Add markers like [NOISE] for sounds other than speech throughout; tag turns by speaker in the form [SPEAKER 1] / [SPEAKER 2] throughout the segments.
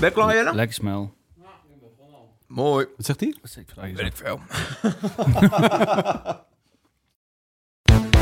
[SPEAKER 1] Ben jij dan?
[SPEAKER 2] Lekker smel.
[SPEAKER 1] Mooi.
[SPEAKER 3] Wat zegt hij?
[SPEAKER 1] Weet ik veel.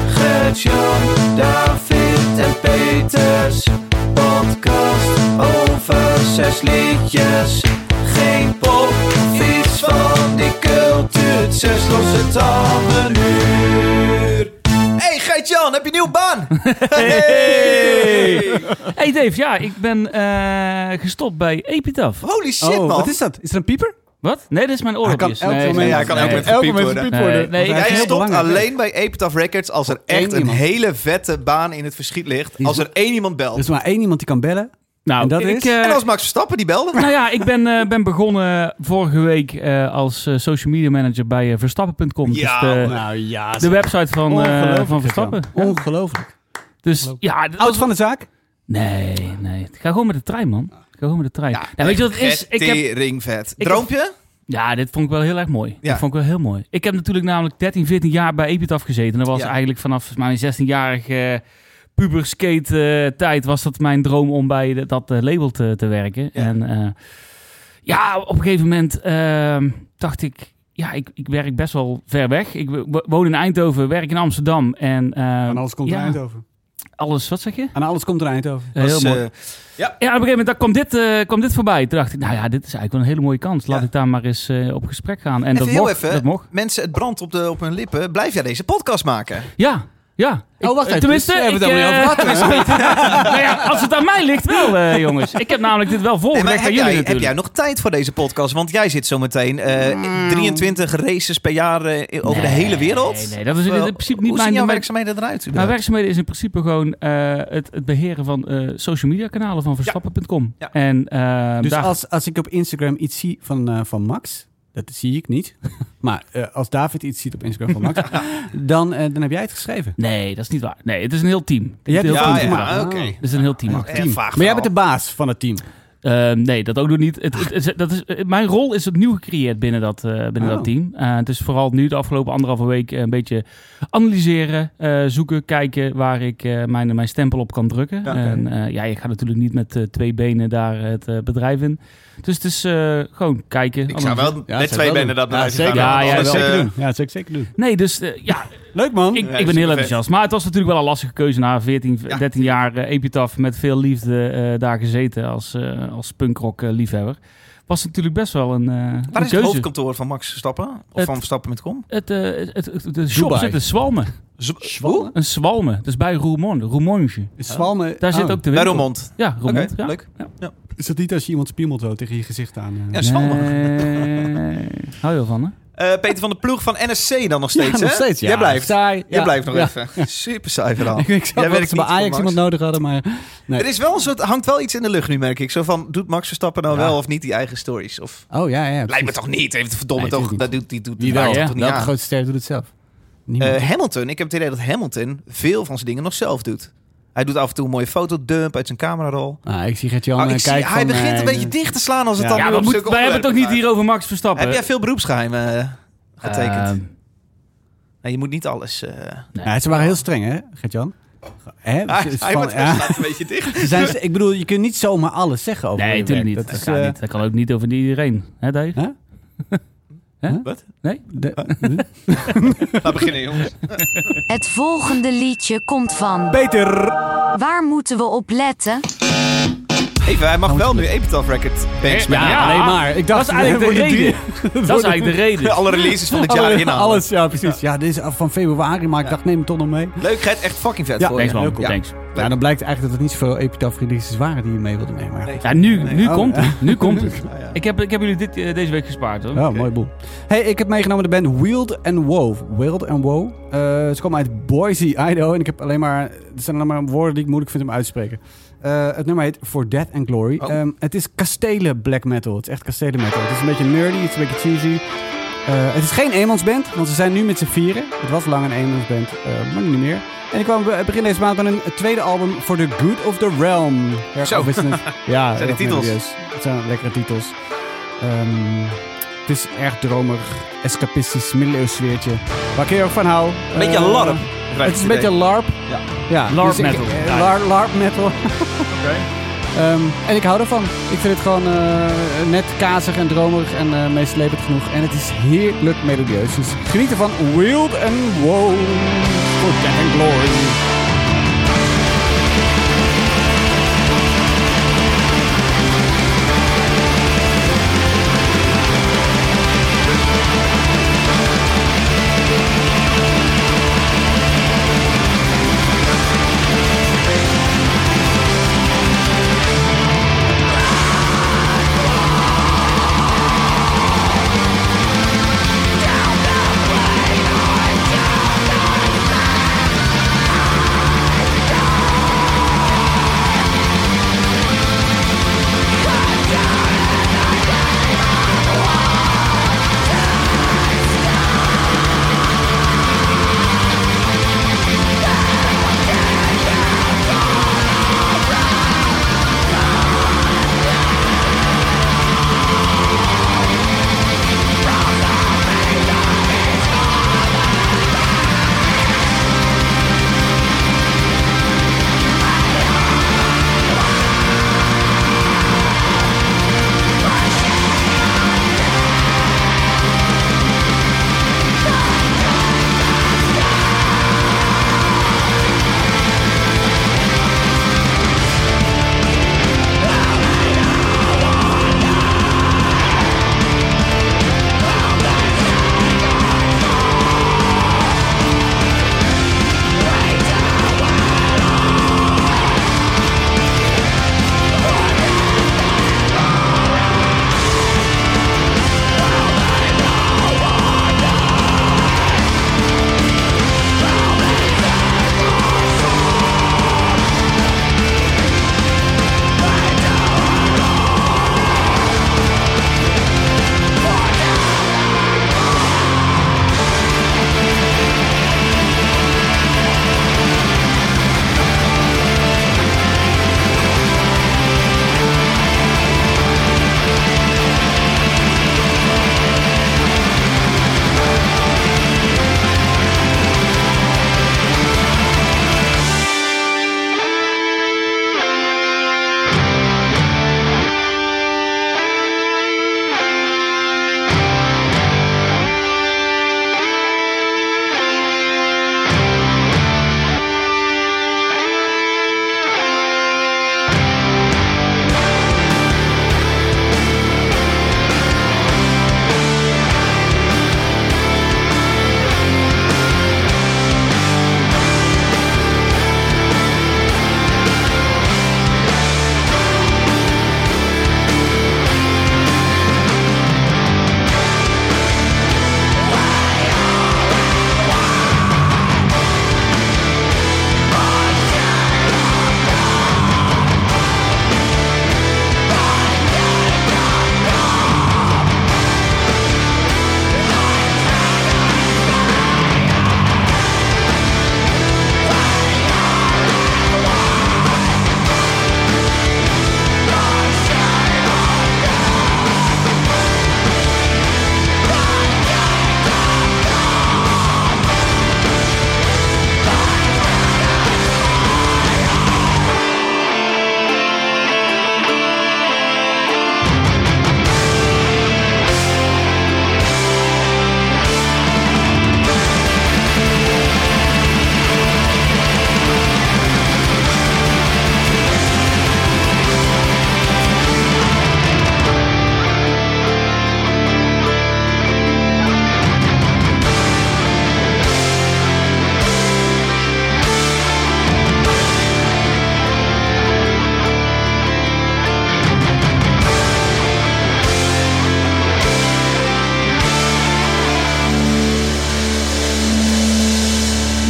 [SPEAKER 4] Gert-Jan, David en Peters. Podcast over zes liedjes. Geen pop, of iets van die cultuur. Zes losse tanden uur.
[SPEAKER 1] Hey Gert-Jan, heb je een nieuwe
[SPEAKER 3] [LAUGHS]
[SPEAKER 1] baan?
[SPEAKER 2] Hey! Hey Dave, ja, ik ben eh, gestopt bij Epitaph.
[SPEAKER 1] Holy shit
[SPEAKER 3] oh,
[SPEAKER 1] man.
[SPEAKER 3] wat is dat? Is er een pieper?
[SPEAKER 2] Wat? Nee, dit is mijn
[SPEAKER 3] Hij kan
[SPEAKER 2] oordopjes.
[SPEAKER 3] elk
[SPEAKER 2] nee,
[SPEAKER 3] moment,
[SPEAKER 2] nee,
[SPEAKER 1] ja, hij kan
[SPEAKER 2] nee,
[SPEAKER 1] elk moment
[SPEAKER 2] nee.
[SPEAKER 1] gepiept
[SPEAKER 3] elk moment
[SPEAKER 1] worden.
[SPEAKER 3] gepiept worden.
[SPEAKER 2] Nee, nee,
[SPEAKER 3] Want hij
[SPEAKER 2] ik-
[SPEAKER 3] is
[SPEAKER 1] Jij
[SPEAKER 3] heel
[SPEAKER 1] stopt
[SPEAKER 3] belangrijk.
[SPEAKER 1] alleen bij Epitaph Records als er echt
[SPEAKER 3] één
[SPEAKER 1] een
[SPEAKER 3] iemand.
[SPEAKER 1] hele vette baan in het verschiet ligt.
[SPEAKER 3] Die
[SPEAKER 1] Als
[SPEAKER 3] is-
[SPEAKER 1] er één iemand
[SPEAKER 3] Er
[SPEAKER 1] belt.
[SPEAKER 3] is maar één iemand die kan bellen.
[SPEAKER 2] Nou,
[SPEAKER 3] En dat
[SPEAKER 2] ik,
[SPEAKER 3] is?
[SPEAKER 2] eh,
[SPEAKER 1] En als Max Verstappen die belde.
[SPEAKER 2] nou ja, ik ben, eh, ben begonnen vorige week eh, als eh, social media manager bij eh, Verstappen.com.
[SPEAKER 1] Ja,
[SPEAKER 2] dus de,
[SPEAKER 3] nou ja.
[SPEAKER 2] de website van, eh,
[SPEAKER 3] Ongelooflijk,
[SPEAKER 2] van
[SPEAKER 3] Gert-Jan.
[SPEAKER 2] Verstappen.
[SPEAKER 3] Ongelooflijk.
[SPEAKER 2] Dus ja, dat
[SPEAKER 3] Oud
[SPEAKER 2] was-
[SPEAKER 3] van de zaak?
[SPEAKER 2] Nee, nee. Ga gewoon met de trein, man. Ga gewoon met de trein.
[SPEAKER 1] Ja,
[SPEAKER 2] Ja, weet je wat het is? Ik heb,
[SPEAKER 1] ringvet.
[SPEAKER 2] heb-
[SPEAKER 1] Droompje?
[SPEAKER 2] Ja, dit vond ik wel heel erg mooi.
[SPEAKER 1] Ja.
[SPEAKER 2] Dat vond ik wel heel mooi. Ik heb natuurlijk namelijk 13, 14 jaar bij Epitaph gezeten. En dat was
[SPEAKER 1] Ja.
[SPEAKER 2] eigenlijk vanaf mijn eh, 16-jarige puberskate-tijd... eh, was dat mijn droom om bij de- dat eh, label te, te werken.
[SPEAKER 1] Ja.
[SPEAKER 2] En eh, ja, op een gegeven moment ehm, dacht ik... Ja, ik, ik werk best wel ver weg. Ik wo- woon in Eindhoven, werk in Amsterdam. En eh,
[SPEAKER 3] Aan alles komt er
[SPEAKER 2] ja,
[SPEAKER 3] Eindhoven.
[SPEAKER 2] alles, wat zeg je?
[SPEAKER 3] Aan alles komt er Eindhoven.
[SPEAKER 2] Eh, heel
[SPEAKER 1] Was,
[SPEAKER 2] mooi.
[SPEAKER 1] eh,
[SPEAKER 2] Ja, op een gegeven moment daar kwam, dit, eh, kwam dit voorbij. Toen dacht ik, nou ja, dit is eigenlijk wel een hele mooie kans. Laat
[SPEAKER 1] Ja.
[SPEAKER 2] ik daar maar eens eh, op gesprek gaan. En
[SPEAKER 1] Even
[SPEAKER 2] dat
[SPEAKER 1] heel
[SPEAKER 2] mocht,
[SPEAKER 1] even.
[SPEAKER 2] dat mocht.
[SPEAKER 1] mensen, het brandt op, de, op hun lippen. Blijf jij deze podcast maken?
[SPEAKER 2] Ja, ja.
[SPEAKER 3] Oh, wacht
[SPEAKER 2] Ik-
[SPEAKER 3] even.
[SPEAKER 2] Tenminste,
[SPEAKER 3] We hebben
[SPEAKER 2] ik,
[SPEAKER 3] het helemaal niet dus
[SPEAKER 2] eh, [LAUGHS] nou ja, als het aan mij ligt wel, eh, jongens. Ik heb namelijk dit wel
[SPEAKER 1] Nee,
[SPEAKER 2] volgelegd
[SPEAKER 1] maar
[SPEAKER 2] aan
[SPEAKER 1] heb,
[SPEAKER 2] jullie
[SPEAKER 1] jij, heb
[SPEAKER 2] natuurlijk.
[SPEAKER 1] jij nog tijd voor deze podcast? Want jij zit zometeen eh 23 races per jaar eh, over de
[SPEAKER 2] Nee,
[SPEAKER 1] hele wereld.
[SPEAKER 2] Nee, nee, dat is in, in principe niet
[SPEAKER 1] Hoe zien
[SPEAKER 2] mijn...
[SPEAKER 1] jouw
[SPEAKER 2] mijn,
[SPEAKER 1] werkzaamheden eruit?
[SPEAKER 2] mijn
[SPEAKER 1] überhaupt?
[SPEAKER 2] Nou, werkzaamheden is in principe gewoon eh, het, het beheren van eh, social media kanalen van Verstappen.com.
[SPEAKER 1] Ja.
[SPEAKER 2] En eh,
[SPEAKER 3] Dus
[SPEAKER 2] daar-
[SPEAKER 3] als, als ik op Instagram iets zie van, eh, van Max, dat zie ik niet. Maar eh, als David iets ziet op Instagram van Max, dan, eh, dan heb jij het geschreven.
[SPEAKER 2] Nee, dat is niet waar. Nee, het is een heel team.
[SPEAKER 3] Je hebt
[SPEAKER 2] heel
[SPEAKER 3] het
[SPEAKER 1] ja,
[SPEAKER 3] goed
[SPEAKER 1] ja,
[SPEAKER 3] gemaakt.
[SPEAKER 1] oké.
[SPEAKER 3] Ah.
[SPEAKER 2] Het is een heel team achter.
[SPEAKER 1] Eh,
[SPEAKER 3] Team.
[SPEAKER 1] vaag
[SPEAKER 3] maar jij
[SPEAKER 1] verhaal.
[SPEAKER 3] bent de baas van het team.
[SPEAKER 2] Eh, nee, dat ook nog niet.
[SPEAKER 1] Ah.
[SPEAKER 2] Het, het- het- dat is, eh, mijn rol is opnieuw gecreëerd binnen dat, eh, binnen
[SPEAKER 3] Oh.
[SPEAKER 2] dat team. Eh, het is vooral nu de afgelopen anderhalve week eh, een beetje analyseren, eh, zoeken, kijken waar ik eh, mijn, mijn stempel op kan drukken.
[SPEAKER 3] Ja, oké.
[SPEAKER 2] en eh, ja, je gaat natuurlijk niet met eh, twee benen daar het eh, bedrijf in. Dus het is eh, gewoon kijken.
[SPEAKER 1] Ik zou wel
[SPEAKER 3] Ja,
[SPEAKER 1] met
[SPEAKER 3] zou
[SPEAKER 1] twee
[SPEAKER 3] ik wel
[SPEAKER 1] benen
[SPEAKER 3] doen.
[SPEAKER 1] dat bedrijf
[SPEAKER 3] ja, zeker.
[SPEAKER 1] gaan.
[SPEAKER 2] Ja, ja,
[SPEAKER 3] dat
[SPEAKER 1] Anders, eh,
[SPEAKER 3] zou ik zeker doen. Ja, dat zou ik zeker doen.
[SPEAKER 2] Nee, dus eh, ja,
[SPEAKER 3] Leuk man.
[SPEAKER 2] ik,
[SPEAKER 1] Ja,
[SPEAKER 2] ik ben heel
[SPEAKER 1] supervet.
[SPEAKER 2] enthousiast. Maar het was natuurlijk wel een lastige keuze na 14, 13 jaar eh, Epitaph met veel liefde eh, daar gezeten als, eh als punkrock eh, liefhebber. Was natuurlijk best wel een, eh,
[SPEAKER 1] Waar
[SPEAKER 2] een
[SPEAKER 1] is het
[SPEAKER 2] keuze.
[SPEAKER 1] hoofdkantoor van Max Verstappen? Of
[SPEAKER 2] Het-
[SPEAKER 1] van Verstappen.com?
[SPEAKER 2] Het, eh, het, het, de shop
[SPEAKER 3] Dubai.
[SPEAKER 2] zit in Zwalmen.
[SPEAKER 3] Zwalmen?
[SPEAKER 2] Een Zwalmen. Dat is Dus bij Roermond. Roermondje.
[SPEAKER 3] Is Zwalmen...
[SPEAKER 2] Daar zit
[SPEAKER 3] oh.
[SPEAKER 2] ook de
[SPEAKER 1] Ah, Bij
[SPEAKER 2] winkel.
[SPEAKER 1] Roermond.
[SPEAKER 2] Ja,
[SPEAKER 1] Oké,
[SPEAKER 2] Roermond. ja.
[SPEAKER 1] leuk.
[SPEAKER 3] Is dat niet als je iemand spiemelt zo tegen je gezicht aan? eh?
[SPEAKER 1] Ja, Zwalmen.
[SPEAKER 2] Nee.
[SPEAKER 1] [LAUGHS]
[SPEAKER 2] Hou je wel van, hè?
[SPEAKER 1] Eh, Peter van der Ploeg van NSC dan nog steeds,
[SPEAKER 3] Ja, nog
[SPEAKER 1] hè?
[SPEAKER 3] steeds, ja.
[SPEAKER 1] Jij blijft.
[SPEAKER 3] Saai,
[SPEAKER 1] Jij
[SPEAKER 3] ja.
[SPEAKER 1] blijft nog
[SPEAKER 3] Ja.
[SPEAKER 1] even. Super saai verhaal.
[SPEAKER 3] [LAUGHS] Ik weet
[SPEAKER 1] Jij
[SPEAKER 3] zelf dat
[SPEAKER 1] werkt
[SPEAKER 3] ze bij
[SPEAKER 1] niet voor
[SPEAKER 3] Ajax
[SPEAKER 1] Max.
[SPEAKER 3] iemand nou- nodig hadden, maar...
[SPEAKER 1] Er is wel een soort, hangt wel iets in de lucht nu, merk ik. Zo van, doet Max Verstappen nou
[SPEAKER 3] Ja.
[SPEAKER 1] wel of niet die eigen stories? Of,
[SPEAKER 3] Oh ja, ja.
[SPEAKER 1] lijkt me toch niet. Heeft verdomme
[SPEAKER 3] Nee,
[SPEAKER 1] toch.
[SPEAKER 3] tuurlijk
[SPEAKER 1] Dat doet, die doet
[SPEAKER 3] Wie
[SPEAKER 1] die
[SPEAKER 3] wel,
[SPEAKER 1] Max
[SPEAKER 2] hè?
[SPEAKER 1] toch niet
[SPEAKER 3] Welke
[SPEAKER 1] aan.
[SPEAKER 3] grote ster doet het zelf? Niemand.
[SPEAKER 1] Eh, Hamilton, ik heb het idee dat Hamilton veel van zijn dingen nog zelf doet. Hij doet af en toe een mooie fotodump uit zijn camerarol.
[SPEAKER 3] ah, ik zie Gert-Jan
[SPEAKER 1] Oh, ik
[SPEAKER 3] eh,
[SPEAKER 1] zie-
[SPEAKER 3] kijken
[SPEAKER 1] hij
[SPEAKER 3] van,
[SPEAKER 1] begint
[SPEAKER 3] eh,
[SPEAKER 1] een beetje dicht te slaan als het
[SPEAKER 3] Ja.
[SPEAKER 1] dan
[SPEAKER 3] Ja,
[SPEAKER 2] Ja,
[SPEAKER 1] weer
[SPEAKER 2] we
[SPEAKER 1] op
[SPEAKER 2] moeten-
[SPEAKER 1] zulke
[SPEAKER 2] wij hebben het ook niet
[SPEAKER 1] onderwerpen
[SPEAKER 2] hier over Max Verstappen.
[SPEAKER 1] gaat. Heb jij veel beroepsgeheimen eh, getekend?
[SPEAKER 2] Ehm,
[SPEAKER 1] nee, je moet niet alles... eh
[SPEAKER 3] Ja, ze waren heel streng, hè, Gert-Jan? Hè?
[SPEAKER 1] Ah,
[SPEAKER 3] Ze- ze
[SPEAKER 1] [LAUGHS] hij
[SPEAKER 3] Ah, van-
[SPEAKER 1] wordt
[SPEAKER 3] [LAUGHS] ja,
[SPEAKER 1] slaat een beetje dicht.
[SPEAKER 3] ze zijn, ik bedoel, je kunt niet zomaar alles zeggen over
[SPEAKER 2] nee,
[SPEAKER 3] je
[SPEAKER 2] natuurlijk niet.
[SPEAKER 3] werk.
[SPEAKER 2] Dat,
[SPEAKER 3] is,
[SPEAKER 2] kan
[SPEAKER 3] eh,
[SPEAKER 2] niet. Dat kan ook niet over iedereen. Hè, Dave?
[SPEAKER 3] Huh?
[SPEAKER 2] Hè?
[SPEAKER 1] [LAUGHS] Wat?
[SPEAKER 2] Nee?
[SPEAKER 1] eh,
[SPEAKER 3] [LAUGHS] de-
[SPEAKER 1] Laat beginnen, jongens.
[SPEAKER 5] Het volgende liedje komt van.
[SPEAKER 3] Peter!
[SPEAKER 5] Waar moeten we op letten?
[SPEAKER 1] Even, hij mag wel nu Epitaph Record bangs
[SPEAKER 2] Ja,
[SPEAKER 3] Ja,
[SPEAKER 1] maken.
[SPEAKER 3] alleen maar. Ik dacht,
[SPEAKER 2] dat is eigenlijk de
[SPEAKER 3] [LAUGHS] dat worden
[SPEAKER 2] reden. Dat is eigenlijk
[SPEAKER 1] [LAUGHS]
[SPEAKER 2] de reden.
[SPEAKER 1] Alle releases van dit jaar
[SPEAKER 3] Alle,
[SPEAKER 1] inhalen.
[SPEAKER 3] alles, ja, precies. Ja, dit is eh, van februari, maar ik dacht, neem het toch nog mee.
[SPEAKER 1] Leuk, Gert. Echt fucking vet
[SPEAKER 3] Ja,
[SPEAKER 1] voor
[SPEAKER 2] Thanks,
[SPEAKER 1] je.
[SPEAKER 2] man.
[SPEAKER 3] heel cool.
[SPEAKER 2] Thanks.
[SPEAKER 3] Ja, dan blijkt eigenlijk dat het niet zoveel epitaph releases waren die je mee wilde nemen. Maar
[SPEAKER 1] Nee.
[SPEAKER 2] Ja, nu,
[SPEAKER 1] Nee.
[SPEAKER 2] nu
[SPEAKER 3] Oh,
[SPEAKER 2] komt
[SPEAKER 3] ja.
[SPEAKER 2] het. Nu komt het.
[SPEAKER 1] Ja, ja.
[SPEAKER 2] Ik heb, ik heb jullie dit, eh, deze week gespaard, hoor.
[SPEAKER 3] Ja, mooi boel. Hey, ik heb meegenomen de band Wield and Wove. Wield and Wove. Eh, ze komen uit Boise, Idaho. En ik heb alleen maar... Er zijn alleen maar woorden die ik moeilijk vind om uit te spreken. Eh, het nummer heet For Death and Glory.
[SPEAKER 1] Oh.
[SPEAKER 3] Ehm, het is kastelen black metal. Het is echt kastelen metal. Het is een beetje nerdy, het is een beetje cheesy. Eh, het is geen eenmansband, want ze zijn nu met z'n vieren. Het was lang een eenmansband, eh, maar nu niet meer. En ik kwam be- begin deze maand met een tweede album voor The Good of the Realm. Erg
[SPEAKER 1] Zo.
[SPEAKER 3] afwisselend.
[SPEAKER 1] [LAUGHS]
[SPEAKER 3] ja,
[SPEAKER 1] Zijn
[SPEAKER 3] erg
[SPEAKER 1] de titels.
[SPEAKER 3] melodieus. Het zijn lekkere titels. Ehm, het is erg dromerig, escapistisch, middeleeuws sfeertje. Waar ik heel erg van hou.
[SPEAKER 1] Een beetje
[SPEAKER 3] Eh,
[SPEAKER 1] alarm.
[SPEAKER 3] Het is een beetje larp.
[SPEAKER 1] Ja.
[SPEAKER 3] ja dus
[SPEAKER 2] Larp
[SPEAKER 3] ik-
[SPEAKER 2] metal.
[SPEAKER 3] [LAUGHS] eh, lar- larp metal.
[SPEAKER 1] Oké.
[SPEAKER 3] Ehm, en ik hou ervan. Ik vind het gewoon eh, net kazig en dromerig en eh meeslepend genoeg. En het is heerlijk melodieus. Dus geniet ervan. Wild and Wold voor Death and Glory.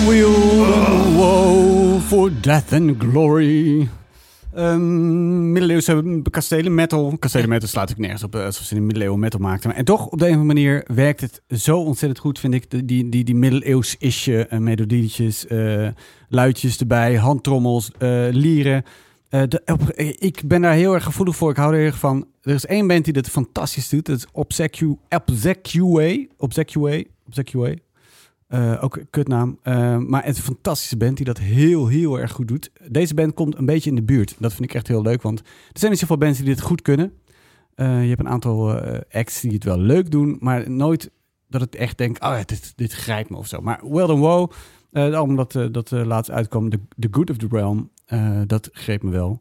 [SPEAKER 3] Wield and woe for death and glory. Ehm, middeleeuwse kastelen metal. Kastelen metal slaat ik nergens op, eh, alsof ze in de middeleeuwen metal maakten. Maar- En toch, op de een of andere manier werkt het zo ontzettend goed, vind ik. De- Die, die, die middeleeuws-isje eh, melodietjes, eh, luidjes erbij, handtrommels, eh, lieren. Eh, de- op- eh, ik ben daar heel erg gevoelig voor. Ik hou er heel erg van. Er is één band die dat fantastisch doet. Dat is Obsecu, Obsecue. Obsecue. Obsecue. Eh, ook een kutnaam. Eh, maar het is een fantastische band die dat heel, heel erg goed doet. Deze band komt een beetje in de buurt. Dat vind ik echt heel leuk, want er zijn niet zoveel bands die dit goed kunnen. Eh, je hebt een aantal eh, acts die het wel leuk doen, maar nooit dat het echt denkt, oh ja, dit, dit grijpt me of zo. Maar Well Done Wow, eh het album dat, eh, dat eh, laatst uitkwam, The, The Good of the Realm, eh, dat greep me wel.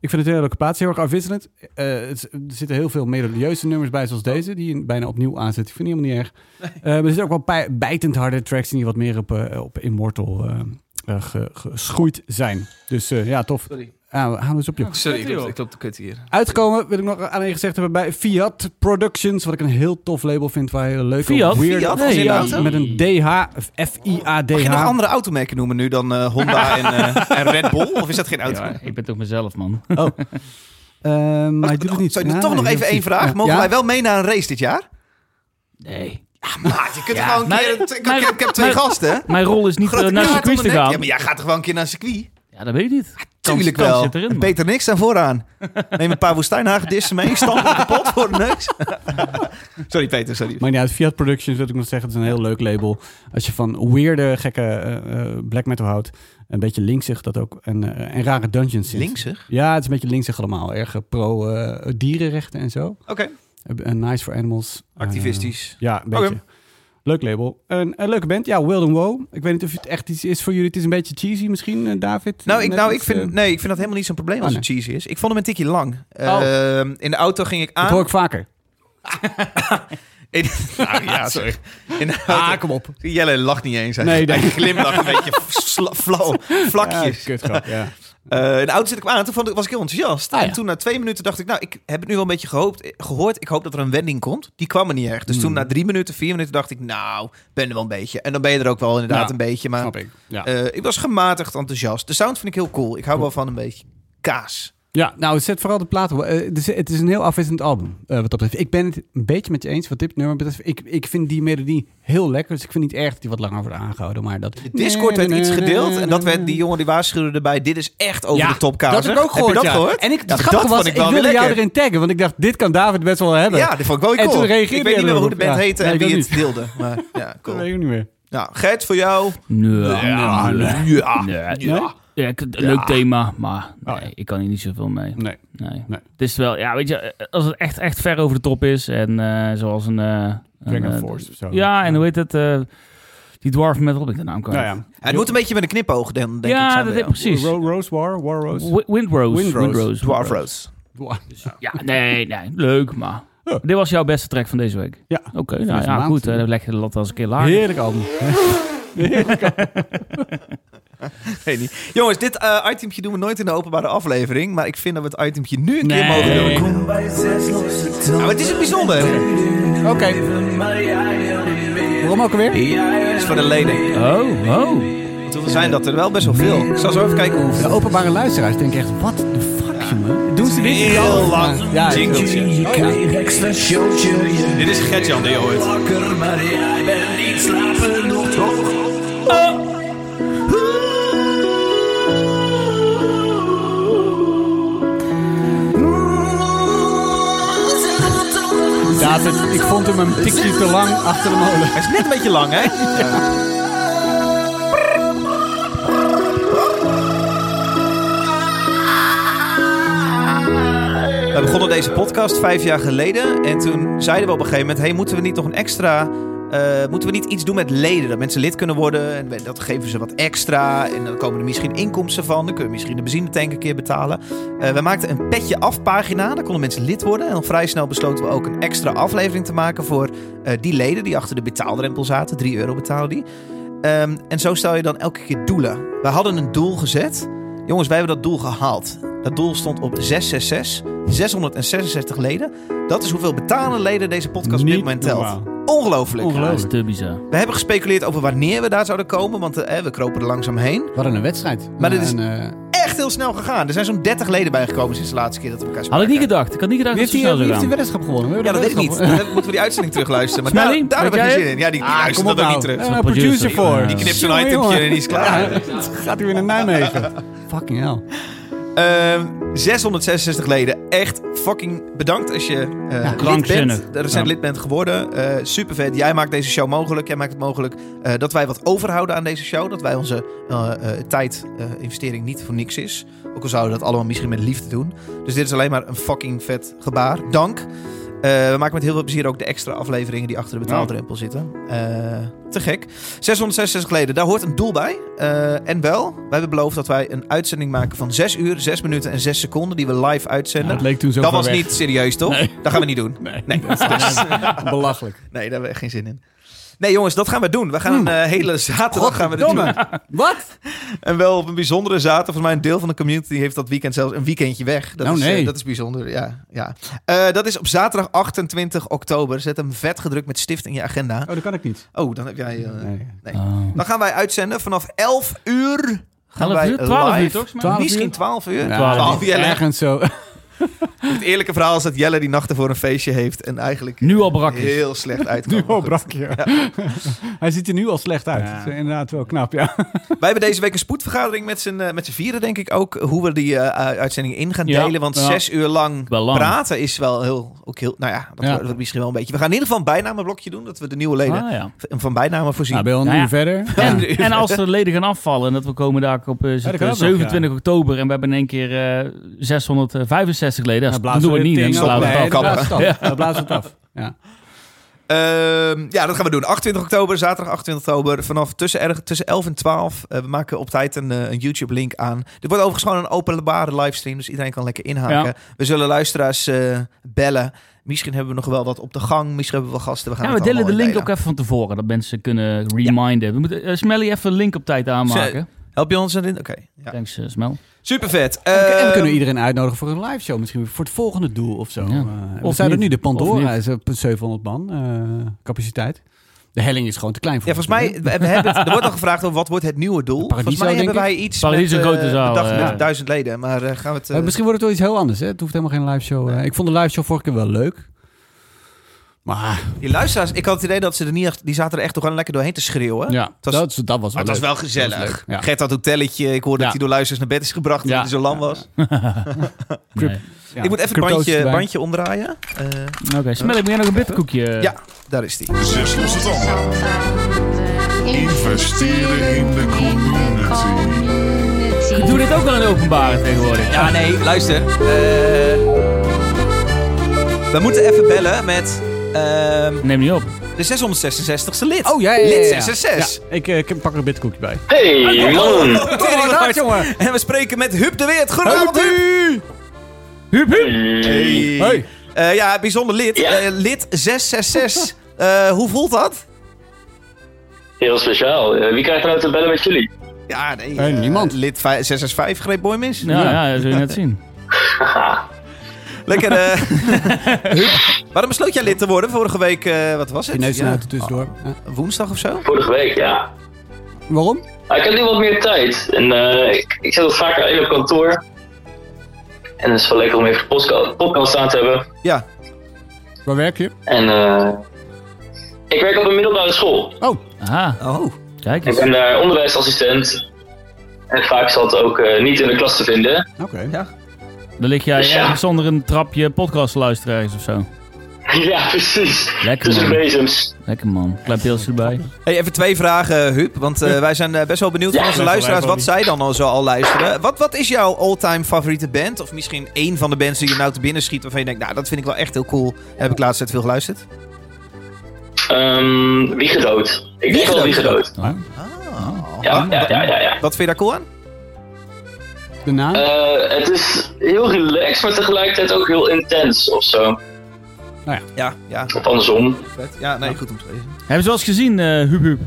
[SPEAKER 3] Ik vind het een hele leuke plaats, heel erg afwisselend. Eh, het is- er zitten heel veel melodieuze nummers bij, zoals deze, die je bijna opnieuw aanzet. Ik vind die helemaal niet erg. Eh, maar er zitten ook wel bij- bijtend harde tracks in die wat meer op, eh, op Immortal eh, eh, ge- geschoeid zijn. Dus eh, ja, tof.
[SPEAKER 1] Sorry.
[SPEAKER 3] Ah, hou eens op, joh.
[SPEAKER 1] Sorry, ik
[SPEAKER 2] joh.
[SPEAKER 1] loop, ik loop de kut hier.
[SPEAKER 3] Uitkomen wil ik nog aan je gezegd hebben bij Fiat Productions, wat ik een heel tof label vind, waar hele leuke
[SPEAKER 2] Fiat?
[SPEAKER 3] weird...
[SPEAKER 1] Fiat?
[SPEAKER 3] Nee,
[SPEAKER 1] Als in
[SPEAKER 3] ja,
[SPEAKER 1] auto?
[SPEAKER 3] met een DH, of F-I-A-D-H.
[SPEAKER 1] Mag je nog andere automerken noemen nu dan eh,
[SPEAKER 3] [LAUGHS]
[SPEAKER 1] Honda en, eh, en Red Bull? Of is dat geen auto?
[SPEAKER 2] Ja, ik ben toch mezelf, man.
[SPEAKER 3] Oh. Ehm, maar hij doet het niet.
[SPEAKER 1] Sorry,
[SPEAKER 3] Ja,
[SPEAKER 1] toch nog
[SPEAKER 3] nee,
[SPEAKER 1] even
[SPEAKER 3] dat
[SPEAKER 1] één
[SPEAKER 3] is- ja.
[SPEAKER 1] vraag. Mogen
[SPEAKER 3] Ja?
[SPEAKER 1] wij wel mee naar een race dit jaar?
[SPEAKER 2] Nee.
[SPEAKER 1] Maat, je kunt
[SPEAKER 2] Ja,
[SPEAKER 1] gewoon een
[SPEAKER 2] maar-
[SPEAKER 1] keer... Ik, ik-
[SPEAKER 2] maar-
[SPEAKER 1] ik, heb twee
[SPEAKER 2] maar-
[SPEAKER 1] gasten. hè?
[SPEAKER 2] Mijn rol is niet eh,
[SPEAKER 1] Grote
[SPEAKER 2] naar
[SPEAKER 1] kaart
[SPEAKER 2] circuits te
[SPEAKER 1] onder nek.
[SPEAKER 2] gaan.
[SPEAKER 1] Ja, maar jij gaat toch wel een keer naar een circuit?
[SPEAKER 2] Ja, dat weet ik niet. Kans-
[SPEAKER 1] Tuurlijk
[SPEAKER 2] kans
[SPEAKER 1] wel.
[SPEAKER 2] zit erin, man.
[SPEAKER 1] Beter niks dan vooraan. Neem een paar woestijnhagedissen mee. Stamp hem kapot voor de neus. sorry Peter, sorry.
[SPEAKER 3] Maar ja, het Fiat Productions wil ik nog zeggen, het is een heel leuk label. Als je van weirde, gekke eh, eh, black metal houdt, een beetje linksig dat ook, en, eh, en rare dungeons zit.
[SPEAKER 1] Linksig?
[SPEAKER 3] Ja, het is een beetje linksig allemaal. Erg eh, pro eh, dierenrechten en zo.
[SPEAKER 1] Oké.
[SPEAKER 3] Eh, nice for animals. Eh,
[SPEAKER 1] Activistisch.
[SPEAKER 3] Ja, een beetje.
[SPEAKER 1] Oké.
[SPEAKER 3] Leuk label. Een, een leuke band. Ja, Wild and Woe. Ik weet niet of het echt iets is voor jullie. Het is een beetje cheesy misschien, eh, David.
[SPEAKER 1] Nou, ik,
[SPEAKER 3] Net
[SPEAKER 1] nou
[SPEAKER 3] iets,
[SPEAKER 1] ik, vind,
[SPEAKER 3] eh,
[SPEAKER 1] nee, ik vind dat helemaal niet zo'n probleem als
[SPEAKER 3] Oh,
[SPEAKER 1] het cheesy is. Ik vond hem een tikje lang. Ehm, in de auto ging ik
[SPEAKER 3] dat
[SPEAKER 1] aan.
[SPEAKER 3] hoor ik vaker.
[SPEAKER 1] In, [LAUGHS] nou, ja, sorry. In de auto,
[SPEAKER 3] Ah, kom op.
[SPEAKER 1] Jelle lacht niet eens. Hij,
[SPEAKER 3] Nee, nee.
[SPEAKER 1] hij glimlacht een beetje
[SPEAKER 3] [LAUGHS]
[SPEAKER 1] sla- flauw, vlakjes.
[SPEAKER 3] Ja, kutgrap, ja.
[SPEAKER 1] [LAUGHS] Eh, in de auto zit ik hem aan en toen vond ik, was ik heel enthousiast.
[SPEAKER 3] Ah, ja.
[SPEAKER 1] En toen na twee minuten dacht ik, nou, ik heb het nu wel een beetje gehoopt, eh, gehoord. Ik hoop dat er een wending komt. Die kwam er niet echt. Dus
[SPEAKER 3] Hmm.
[SPEAKER 1] toen na drie minuten, vier minuten dacht ik, nou, ben er wel een beetje. En dan ben je er ook wel inderdaad
[SPEAKER 3] Ja,
[SPEAKER 1] een beetje. Maar
[SPEAKER 3] Snap ik. Ja.
[SPEAKER 1] eh, ik was gematigd enthousiast. De sound vind ik heel cool. Ik hou wel van een beetje kaas.
[SPEAKER 3] Ja, nou, zet vooral de plaat op. Eh, het, is, het is een heel afwisselend album, eh, wat dat betreft. Ik ben het een beetje met je eens wat dit nummer betreft. Ik, ik vind die melodie heel lekker, dus ik vind het niet erg dat die wat langer wordt aangehouden. Maar dat...
[SPEAKER 1] De Discord werd iets gedeeld en dat werd die jongen die waarschuwde erbij. Dit is echt over
[SPEAKER 3] Ja,
[SPEAKER 1] de top kaas.
[SPEAKER 3] Dat heb ik ook
[SPEAKER 1] Heb je
[SPEAKER 3] gehoord,
[SPEAKER 1] dat
[SPEAKER 3] ja.
[SPEAKER 1] gehoord?
[SPEAKER 3] En ik, het
[SPEAKER 1] Ja,
[SPEAKER 3] grappige
[SPEAKER 1] dat
[SPEAKER 3] was,
[SPEAKER 1] vond
[SPEAKER 3] ik,
[SPEAKER 1] ik wel weer
[SPEAKER 3] wilde jou
[SPEAKER 1] lekker.
[SPEAKER 3] erin taggen, want ik dacht, dit kan David best wel hebben.
[SPEAKER 1] Ja, dat vond ik wel weer
[SPEAKER 3] En
[SPEAKER 1] cool.
[SPEAKER 3] toen
[SPEAKER 1] ik
[SPEAKER 3] reageerde
[SPEAKER 1] weet niet
[SPEAKER 3] jij
[SPEAKER 1] meer hoe de
[SPEAKER 3] erop.
[SPEAKER 1] band
[SPEAKER 3] Ja.
[SPEAKER 1] heette
[SPEAKER 3] Nee,
[SPEAKER 1] en
[SPEAKER 3] ik
[SPEAKER 1] wie
[SPEAKER 3] ook
[SPEAKER 1] het deelde. Maar
[SPEAKER 3] [LAUGHS]
[SPEAKER 1] ja,
[SPEAKER 3] Dat
[SPEAKER 1] cool.
[SPEAKER 3] weet ik niet meer.
[SPEAKER 1] Nou, Gert, voor jou.
[SPEAKER 2] Nee.
[SPEAKER 3] Ja,
[SPEAKER 2] nee.
[SPEAKER 3] nee.
[SPEAKER 1] Ja.
[SPEAKER 2] Nee. Ja. ik- leuk thema, maar nee,
[SPEAKER 3] Oh, ja.
[SPEAKER 2] ik kan hier niet zoveel mee.
[SPEAKER 3] Nee.
[SPEAKER 2] Nee.
[SPEAKER 3] Nee.
[SPEAKER 2] Het is wel, ja, weet je, eh, als het echt, echt ver over de top is en eh, zoals een... eh een,
[SPEAKER 3] Dragon
[SPEAKER 2] eh,
[SPEAKER 3] Force of zo.
[SPEAKER 2] Ja, en hoe heet het? eh, die dwarf metal, ben ik de naam kwijt.
[SPEAKER 3] Nou ja.
[SPEAKER 1] Het moet een beetje met een knipoog, denk denk ik.
[SPEAKER 2] Ja,
[SPEAKER 1] zo
[SPEAKER 2] dat
[SPEAKER 1] bij
[SPEAKER 2] is
[SPEAKER 1] jou.
[SPEAKER 2] precies.
[SPEAKER 3] Ro- Rose War, War Rose.
[SPEAKER 2] Wi- Windrose.
[SPEAKER 3] Windrose.
[SPEAKER 1] Dwarf eh, Rose.
[SPEAKER 3] Wa-
[SPEAKER 2] Ja, nee, nee. Leuk, maar...
[SPEAKER 3] Ja.
[SPEAKER 2] Dit was jouw beste track van deze week?
[SPEAKER 3] Ja.
[SPEAKER 2] Oké,
[SPEAKER 3] Van
[SPEAKER 2] nou
[SPEAKER 3] deze
[SPEAKER 2] ja,
[SPEAKER 3] maand.
[SPEAKER 2] goed. hè, Dan leg je de lat als een keer lager.
[SPEAKER 3] Heerlijk album.
[SPEAKER 1] Weet niet. Jongens, dit eh itempje doen we nooit in de openbare aflevering. Maar ik vind dat we het itempje nu een keer
[SPEAKER 2] Nee.
[SPEAKER 1] mogen doen.
[SPEAKER 4] Kom bij de zes, los de tand.
[SPEAKER 1] Nou, het is een bijzonder.
[SPEAKER 3] Oké. Waarom ook alweer?
[SPEAKER 1] Het is voor de leden.
[SPEAKER 2] Oh, oh.
[SPEAKER 1] Want hoeveel zijn dat er? Wel best wel veel. Ik zal zo even kijken hoeveel.
[SPEAKER 3] De openbare luisteraars denken echt, wat de fuck, jongen? Doen ze dit?
[SPEAKER 1] Heel lang
[SPEAKER 3] Ja,
[SPEAKER 1] jingletje.
[SPEAKER 4] Je kreeg extra showtje. Je
[SPEAKER 1] Dit is Gertjan die je
[SPEAKER 4] bent
[SPEAKER 1] hoort.
[SPEAKER 4] wakker, maar jij bent niet slapen nog toch.
[SPEAKER 3] David, ik vond hem een tikje te lang achter de molen.
[SPEAKER 1] Hij is net een beetje lang, hè? We begonnen deze podcast vijf jaar geleden. En toen zeiden we op een gegeven moment: hey, moeten we niet nog een extra. eh, moeten we niet iets doen met leden? Dat mensen lid kunnen worden. En we- dat geven ze wat extra. En dan komen er misschien inkomsten van. Dan kun je misschien de benzinetank een keer betalen. Eh, we maakten een petje af pagina. Daar konden mensen lid worden. En al vrij snel besloten we ook een extra aflevering te maken voor eh, die leden die achter de betaaldrempel zaten. 3 euro betalen die. Ehm, en zo stel je dan elke keer doelen. We hadden een doel gezet. Jongens, wij hebben dat doel gehaald. Dat doel stond op 666. 666 leden. Dat is hoeveel betalende leden deze podcast op dit
[SPEAKER 3] Niet
[SPEAKER 1] moment telt.
[SPEAKER 3] normaal.
[SPEAKER 1] Ongelooflijk.
[SPEAKER 2] Ja, dat is
[SPEAKER 3] Ongelooflijk.
[SPEAKER 2] te bizar.
[SPEAKER 1] We hebben gespeculeerd over wanneer we daar zouden komen. Want eh, we kropen er langzaam heen.
[SPEAKER 3] Wat een wedstrijd.
[SPEAKER 1] Maar dit is-
[SPEAKER 3] En, eh,
[SPEAKER 1] Echt heel snel gegaan. Er zijn zo'n 30 leden bijgekomen sinds de laatste keer dat we elkaar spraken.
[SPEAKER 2] Had ik niet gedacht. Ik had niet gedacht
[SPEAKER 3] Wie
[SPEAKER 2] dat
[SPEAKER 3] heeft
[SPEAKER 2] ze
[SPEAKER 3] die,
[SPEAKER 2] snel
[SPEAKER 3] wie
[SPEAKER 2] zou
[SPEAKER 3] heeft die
[SPEAKER 2] gaan.
[SPEAKER 3] weddenschap gewonnen?
[SPEAKER 1] Ja, dat weet ik niet. Dan moeten we die uitzending terugluisteren. Maar
[SPEAKER 2] Smelly,
[SPEAKER 1] daar, daar heb
[SPEAKER 2] weet
[SPEAKER 1] ik geen
[SPEAKER 2] jij Ah,
[SPEAKER 1] zin in.
[SPEAKER 3] Ah,
[SPEAKER 1] Ja, die, die luistert dat ook niet terug.
[SPEAKER 2] Ja,
[SPEAKER 3] nou. Eh, producer
[SPEAKER 2] producer
[SPEAKER 3] voor.
[SPEAKER 2] voor.
[SPEAKER 3] [LAUGHS]
[SPEAKER 1] Die knipt zo'n itempje en die is klaar.
[SPEAKER 3] Ja, gaat hij weer naar Nijmegen. Fucking hell.
[SPEAKER 1] Eh, Ehm, 666 leden. Echt fucking bedankt als je eh lid
[SPEAKER 2] krankzinnig.
[SPEAKER 1] bent, recent
[SPEAKER 2] Ja.
[SPEAKER 1] lid bent geworden. Eh super vet. Jij maakt deze show mogelijk. Jij maakt het mogelijk eh, dat wij wat overhouden aan deze show. Dat wij onze eh, eh, tijd, eh, investering niet voor niks is. Ook al zouden we dat allemaal misschien met liefde doen. Dus dit is alleen maar een fucking vet gebaar. Dank. Eh, we maken met heel veel plezier ook de extra afleveringen die achter de betaaldrempel zitten. Eh, te gek. 666 leden, daar hoort een doel bij. Eh, en wel, wij hebben beloofd dat wij een uitzending maken van 6 uur, 6 minuten en 6 seconden die we live uitzenden.
[SPEAKER 2] Het leek toen zo
[SPEAKER 1] dat
[SPEAKER 2] ver
[SPEAKER 1] was
[SPEAKER 2] weg.
[SPEAKER 3] [LAUGHS]
[SPEAKER 1] niet serieus, toch?
[SPEAKER 2] Nee.
[SPEAKER 1] Dat gaan we niet doen.
[SPEAKER 2] Nee.
[SPEAKER 1] Nee, dat is-
[SPEAKER 3] Belachelijk.
[SPEAKER 1] nee, daar hebben we echt geen zin in. Nee jongens, dat gaan we doen. We gaan een eh, hele
[SPEAKER 3] [LAUGHS]
[SPEAKER 1] zaterdag gaan we dit doen.
[SPEAKER 3] Hmm. Wat?
[SPEAKER 1] En wel op een bijzondere zaterdag. Volgens mij een deel van de community heeft dat weekend zelfs een weekendje weg. Dat
[SPEAKER 3] Oh,
[SPEAKER 1] is, eh,
[SPEAKER 3] nee.
[SPEAKER 1] dat is bijzonder, ja. ja. Eh, dat is op zaterdag 28 oktober. Zet hem vet gedrukt met stift in je agenda.
[SPEAKER 3] Oh, dat kan ik niet.
[SPEAKER 1] Oh, dan heb jij... eh,
[SPEAKER 3] Nee.
[SPEAKER 2] Oh.
[SPEAKER 1] Dan gaan wij uitzenden vanaf 11 uur. Gaan
[SPEAKER 2] 11
[SPEAKER 1] wij
[SPEAKER 2] uur? 12
[SPEAKER 1] live.
[SPEAKER 2] uur toch? Sma?
[SPEAKER 3] 12
[SPEAKER 1] Misschien
[SPEAKER 3] uur?
[SPEAKER 1] 12 uur.
[SPEAKER 3] Ja,
[SPEAKER 2] 12
[SPEAKER 1] 12 uur.
[SPEAKER 3] Ergens zo.
[SPEAKER 1] Het eerlijke verhaal is dat Jelle die nachten voor een feestje heeft en eigenlijk
[SPEAKER 2] Nu al brak is.
[SPEAKER 1] heel slecht uitkomt.
[SPEAKER 3] [LAUGHS] [LAUGHS] Nu
[SPEAKER 1] Maar
[SPEAKER 3] al
[SPEAKER 1] goed.
[SPEAKER 3] brakje. [LAUGHS] Hij ziet er nu al slecht uit. Dat is inderdaad wel knap, ja.
[SPEAKER 1] Wij hebben deze week een spoedvergadering met z'n eh, met z'n vieren, denk ik ook. Hoe we die eh, u- uitzending in gaan
[SPEAKER 2] Ja,
[SPEAKER 1] delen. Want
[SPEAKER 2] ja.
[SPEAKER 1] zes uur lang,
[SPEAKER 2] Wel lang.
[SPEAKER 1] praten is wel heel, ook heel... Nou ja, dat
[SPEAKER 2] Ja.
[SPEAKER 1] wordt misschien wel een beetje... We gaan in ieder geval een bijnamenblokje doen. Dat we de nieuwe leden
[SPEAKER 2] Ah, ja.
[SPEAKER 1] v- van bijnamen voorzien.
[SPEAKER 3] Nou, ben je al een
[SPEAKER 2] Nou ja.
[SPEAKER 3] uur verder?
[SPEAKER 2] En,
[SPEAKER 1] Ja.
[SPEAKER 2] en als de leden gaan afvallen, en dat we komen daar op eh,
[SPEAKER 3] dat kan ook nog,
[SPEAKER 2] 27 oktober en we hebben in één keer eh, 665 leden,
[SPEAKER 3] Dan
[SPEAKER 2] dat doen we niet. Dan slaan we
[SPEAKER 1] op.
[SPEAKER 2] het
[SPEAKER 1] Nee, dan
[SPEAKER 2] af.
[SPEAKER 1] blazen
[SPEAKER 3] het af. Dan blazen we het af. Ja.
[SPEAKER 1] [LAUGHS] Ehm, ja, dat gaan we doen. 28 oktober, zaterdag 28 oktober. Vanaf tussen, erg, tussen 11 en 12. Eh, we maken op tijd een, eh, een YouTube-link aan. Dit wordt overigens gewoon een openbare livestream. Dus iedereen kan lekker inhaken.
[SPEAKER 2] Ja.
[SPEAKER 1] We zullen luisteraars eh, bellen. Misschien hebben we nog wel wat op de gang. Misschien hebben we wel gasten. We gaan
[SPEAKER 2] Ja, we
[SPEAKER 1] het
[SPEAKER 2] delen de
[SPEAKER 1] allemaal
[SPEAKER 2] link ook
[SPEAKER 1] indelen.
[SPEAKER 2] even van tevoren, dat mensen kunnen reminden. We moeten eh, Smelly even een link op tijd aanmaken.
[SPEAKER 1] Help je ons erin? Oké. Ja.
[SPEAKER 2] Thanks, eh, Smel.
[SPEAKER 1] Super vet. Ehm,
[SPEAKER 3] en we kunnen iedereen uitnodigen voor een live show, misschien voor het volgende doel of zo.
[SPEAKER 2] Ja.
[SPEAKER 3] Eh, we
[SPEAKER 2] Of
[SPEAKER 3] zouden
[SPEAKER 2] niet.
[SPEAKER 3] nu de
[SPEAKER 2] Of
[SPEAKER 3] Pandora
[SPEAKER 2] niet.
[SPEAKER 3] is op 700 man eh, capaciteit. De helling is gewoon te klein voor.
[SPEAKER 1] Ja, volgens mij, we, we hebben het- er wordt al gevraagd over wat wordt het nieuwe doel.
[SPEAKER 3] Paradiso,
[SPEAKER 1] volgens mij hebben
[SPEAKER 3] denk
[SPEAKER 1] wij iets
[SPEAKER 2] Paradiso
[SPEAKER 1] met,
[SPEAKER 2] grote
[SPEAKER 1] eh,
[SPEAKER 2] zaal,
[SPEAKER 1] bedacht
[SPEAKER 2] ja.
[SPEAKER 1] met duizend leden. Maar eh, gaan we het... eh,
[SPEAKER 3] Eh, misschien wordt het wel iets heel anders. Hè? Het hoeft helemaal geen live show. eh. ik vond de live show vorige keer wel leuk. Maar
[SPEAKER 1] die luisteraars, ik had het idee dat ze er niet... echt- Die zaten er echt toch gewoon lekker doorheen te schreeuwen.
[SPEAKER 3] ja,
[SPEAKER 1] was-
[SPEAKER 3] dat, is- dat was wel
[SPEAKER 1] Maar het was
[SPEAKER 3] leuk.
[SPEAKER 1] Oh, wel
[SPEAKER 3] Dat
[SPEAKER 1] gezellig.
[SPEAKER 3] was leuk, ja.
[SPEAKER 1] Gert had een telletje. Ik hoorde
[SPEAKER 3] Ja.
[SPEAKER 1] dat hij door luisteraars naar bed is gebracht.
[SPEAKER 3] Ja.
[SPEAKER 1] Omdat hij zo lam was.
[SPEAKER 2] Nee.
[SPEAKER 3] Ja.
[SPEAKER 1] Ik moet even het
[SPEAKER 3] Crypto's
[SPEAKER 1] bandje,
[SPEAKER 3] erbij.
[SPEAKER 1] bandje omdraaien. Eh,
[SPEAKER 2] Oké, Smelly, moet jij nog een bedkoekje?
[SPEAKER 1] ja, daar is die.
[SPEAKER 6] Zes lost het allemaal. Investeren in de community.
[SPEAKER 2] Ik doe dit ook wel in het openbare tegenwoordig.
[SPEAKER 1] Ja, nee, luister. Eh, we moeten even bellen met ehm,
[SPEAKER 2] Neem niet op.
[SPEAKER 1] de 666ste lid.
[SPEAKER 3] Oh, ja, ja, ja, ja.
[SPEAKER 1] Lid 666.
[SPEAKER 3] Ja, ik, eh, ik pak er een bitkoekje bij.
[SPEAKER 1] Tering
[SPEAKER 3] wat hard,
[SPEAKER 1] hard.
[SPEAKER 3] jongen.
[SPEAKER 1] En we spreken met Huub de Weert. Goedenavond,
[SPEAKER 3] Huub.
[SPEAKER 1] Huub.
[SPEAKER 2] Hup, hup.
[SPEAKER 1] Hey.
[SPEAKER 3] Hey.
[SPEAKER 1] Eh, ja, bijzonder lid. Eh, lid 666. Eh, hoe voelt dat?
[SPEAKER 7] Heel speciaal. Eh, wie krijgt er nou te bellen met jullie?
[SPEAKER 1] Ja, nee.
[SPEAKER 3] Eh,
[SPEAKER 1] eh,
[SPEAKER 3] niemand.
[SPEAKER 1] Lid vij- 665 greep boy mis.
[SPEAKER 2] Ja, ja, dat zul je net zien.
[SPEAKER 1] Lekker.
[SPEAKER 3] [LAUGHS]
[SPEAKER 1] eh, Huub, waarom besloot jij lid te worden? Vorige week, eh, wat was het?
[SPEAKER 3] Chinees
[SPEAKER 1] Ja,
[SPEAKER 3] uit tussendoor. Eh,
[SPEAKER 1] woensdag of zo?
[SPEAKER 7] Vorige week, ja.
[SPEAKER 3] waarom?
[SPEAKER 7] Maar ik heb nu wat meer tijd. En eh, ik, ik zit wat vaker alleen op kantoor. En het is wel lekker om even de postka- podcast aan te hebben.
[SPEAKER 1] Ja.
[SPEAKER 3] Waar werk je?
[SPEAKER 7] En eh, ik werk op een middelbare school.
[SPEAKER 3] Oh,
[SPEAKER 2] Aha,
[SPEAKER 1] Oh.
[SPEAKER 2] kijk
[SPEAKER 7] Ik
[SPEAKER 2] eens.
[SPEAKER 7] ben daar onderwijsassistent. En vaak zal het ook eh, niet in de klas te vinden. [LAUGHS]
[SPEAKER 3] oké.
[SPEAKER 2] Dan lig jij
[SPEAKER 7] Dus ja.
[SPEAKER 2] ergens zonder een trapje podcast te luisteren ergens of zo.
[SPEAKER 7] ja, precies.
[SPEAKER 2] Lekker,
[SPEAKER 7] Tussen
[SPEAKER 2] man.
[SPEAKER 7] bezems.
[SPEAKER 2] Lekker man. Klein pilsje erbij.
[SPEAKER 1] Hey, even twee vragen, Huub. Want eh, wij zijn eh, best wel benieuwd van onze luisteraars wat zij dan al zo al luisteren. Wat, wat is jouw all-time favoriete band? Of misschien één van de bands die je nou te binnen schiet waarvan je denkt, nou, dat vind ik wel echt heel cool. Heb ik laatst net veel geluisterd.
[SPEAKER 7] Ehm wie gedood? Ik denk wel wie gedood. Ja, ja, ja, ja. ja.
[SPEAKER 1] Wat vind je daar cool aan?
[SPEAKER 3] De naam?
[SPEAKER 7] Eh, het is heel relaxed, maar tegelijkertijd ook heel intens of zo.
[SPEAKER 1] Ja, ja.
[SPEAKER 7] Of andersom.
[SPEAKER 1] Vet. Ja, nee, goed om te weten.
[SPEAKER 2] Hebben ze wel eens gezien, eh Hup Hup?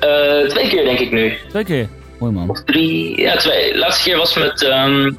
[SPEAKER 7] Eh, twee keer denk ik nu.
[SPEAKER 2] Twee keer. Mooi man.
[SPEAKER 7] Of drie. Ja, twee. Laatste keer was met. ehm,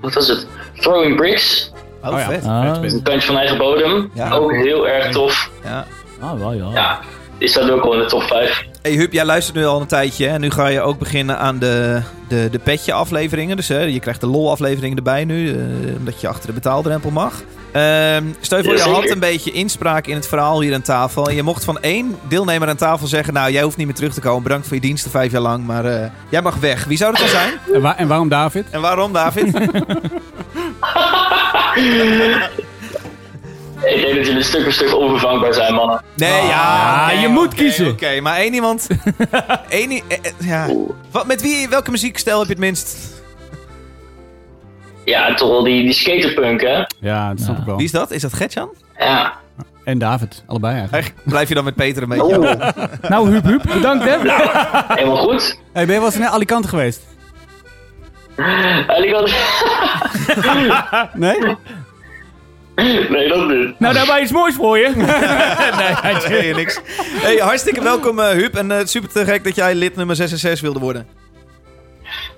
[SPEAKER 7] wat was het? Throwing Bricks.
[SPEAKER 1] Oh,
[SPEAKER 3] ja.
[SPEAKER 1] vet.
[SPEAKER 2] Ah,
[SPEAKER 7] Een kantje van eigen bodem.
[SPEAKER 1] Ja.
[SPEAKER 7] Ook heel erg tof.
[SPEAKER 1] Ja.
[SPEAKER 2] ah, wel ja.
[SPEAKER 7] Ja, die staat ook al in de top 5.
[SPEAKER 1] Hey Huub, jij luistert nu al een tijdje hè? en nu ga je ook beginnen aan de, de, de petje afleveringen. Dus hè, je krijgt de lol aflevering erbij nu, eh, omdat je achter de betaaldrempel mag. Ehm, stel je voor, je
[SPEAKER 7] Jazeker.
[SPEAKER 1] had een beetje inspraak in het verhaal hier aan tafel. En je mocht van één deelnemer aan tafel zeggen... nou, jij hoeft niet meer terug te komen. Bedankt voor je diensten vijf jaar lang. Maar eh, jij mag weg. Wie zou dat dan zijn?
[SPEAKER 3] En, wa- en waarom David?
[SPEAKER 1] En waarom,
[SPEAKER 2] [LAUGHS]
[SPEAKER 1] David?
[SPEAKER 7] Ik denk dat jullie stuk voor stuk onvervangbaar zijn, mannen.
[SPEAKER 1] Nee, ja.
[SPEAKER 2] Ah,
[SPEAKER 1] oké,
[SPEAKER 2] je moet
[SPEAKER 1] oké,
[SPEAKER 2] kiezen.
[SPEAKER 1] Oké, maar één
[SPEAKER 2] [LAUGHS]
[SPEAKER 1] iemand... één, i- eh, eh, ja. Wat, met wie, welke muziekstijl heb je het minst?
[SPEAKER 7] Ja, toch wel die, die skaterpunk, hè?
[SPEAKER 3] Ja, dat snap ik wel.
[SPEAKER 1] Wie is dat? Is dat Gertjan?
[SPEAKER 7] Ja.
[SPEAKER 3] En David, allebei eigenlijk.
[SPEAKER 1] Eigenlijk blijf je dan met Peter een beetje...
[SPEAKER 7] Oeh,
[SPEAKER 2] Nou, Huub Huub, bedankt hè.
[SPEAKER 7] helemaal goed.
[SPEAKER 3] Hey, ben je wel eens in Alicante geweest?
[SPEAKER 7] En ik had...
[SPEAKER 3] Nee?
[SPEAKER 7] [LAUGHS] Nee, dat niet.
[SPEAKER 2] Nou, daar iets moois voor je. [LAUGHS]
[SPEAKER 1] Nee, niks. Hey, hartstikke welkom, eh Huub. En eh, super te gek dat jij lid nummer 6 wilde worden.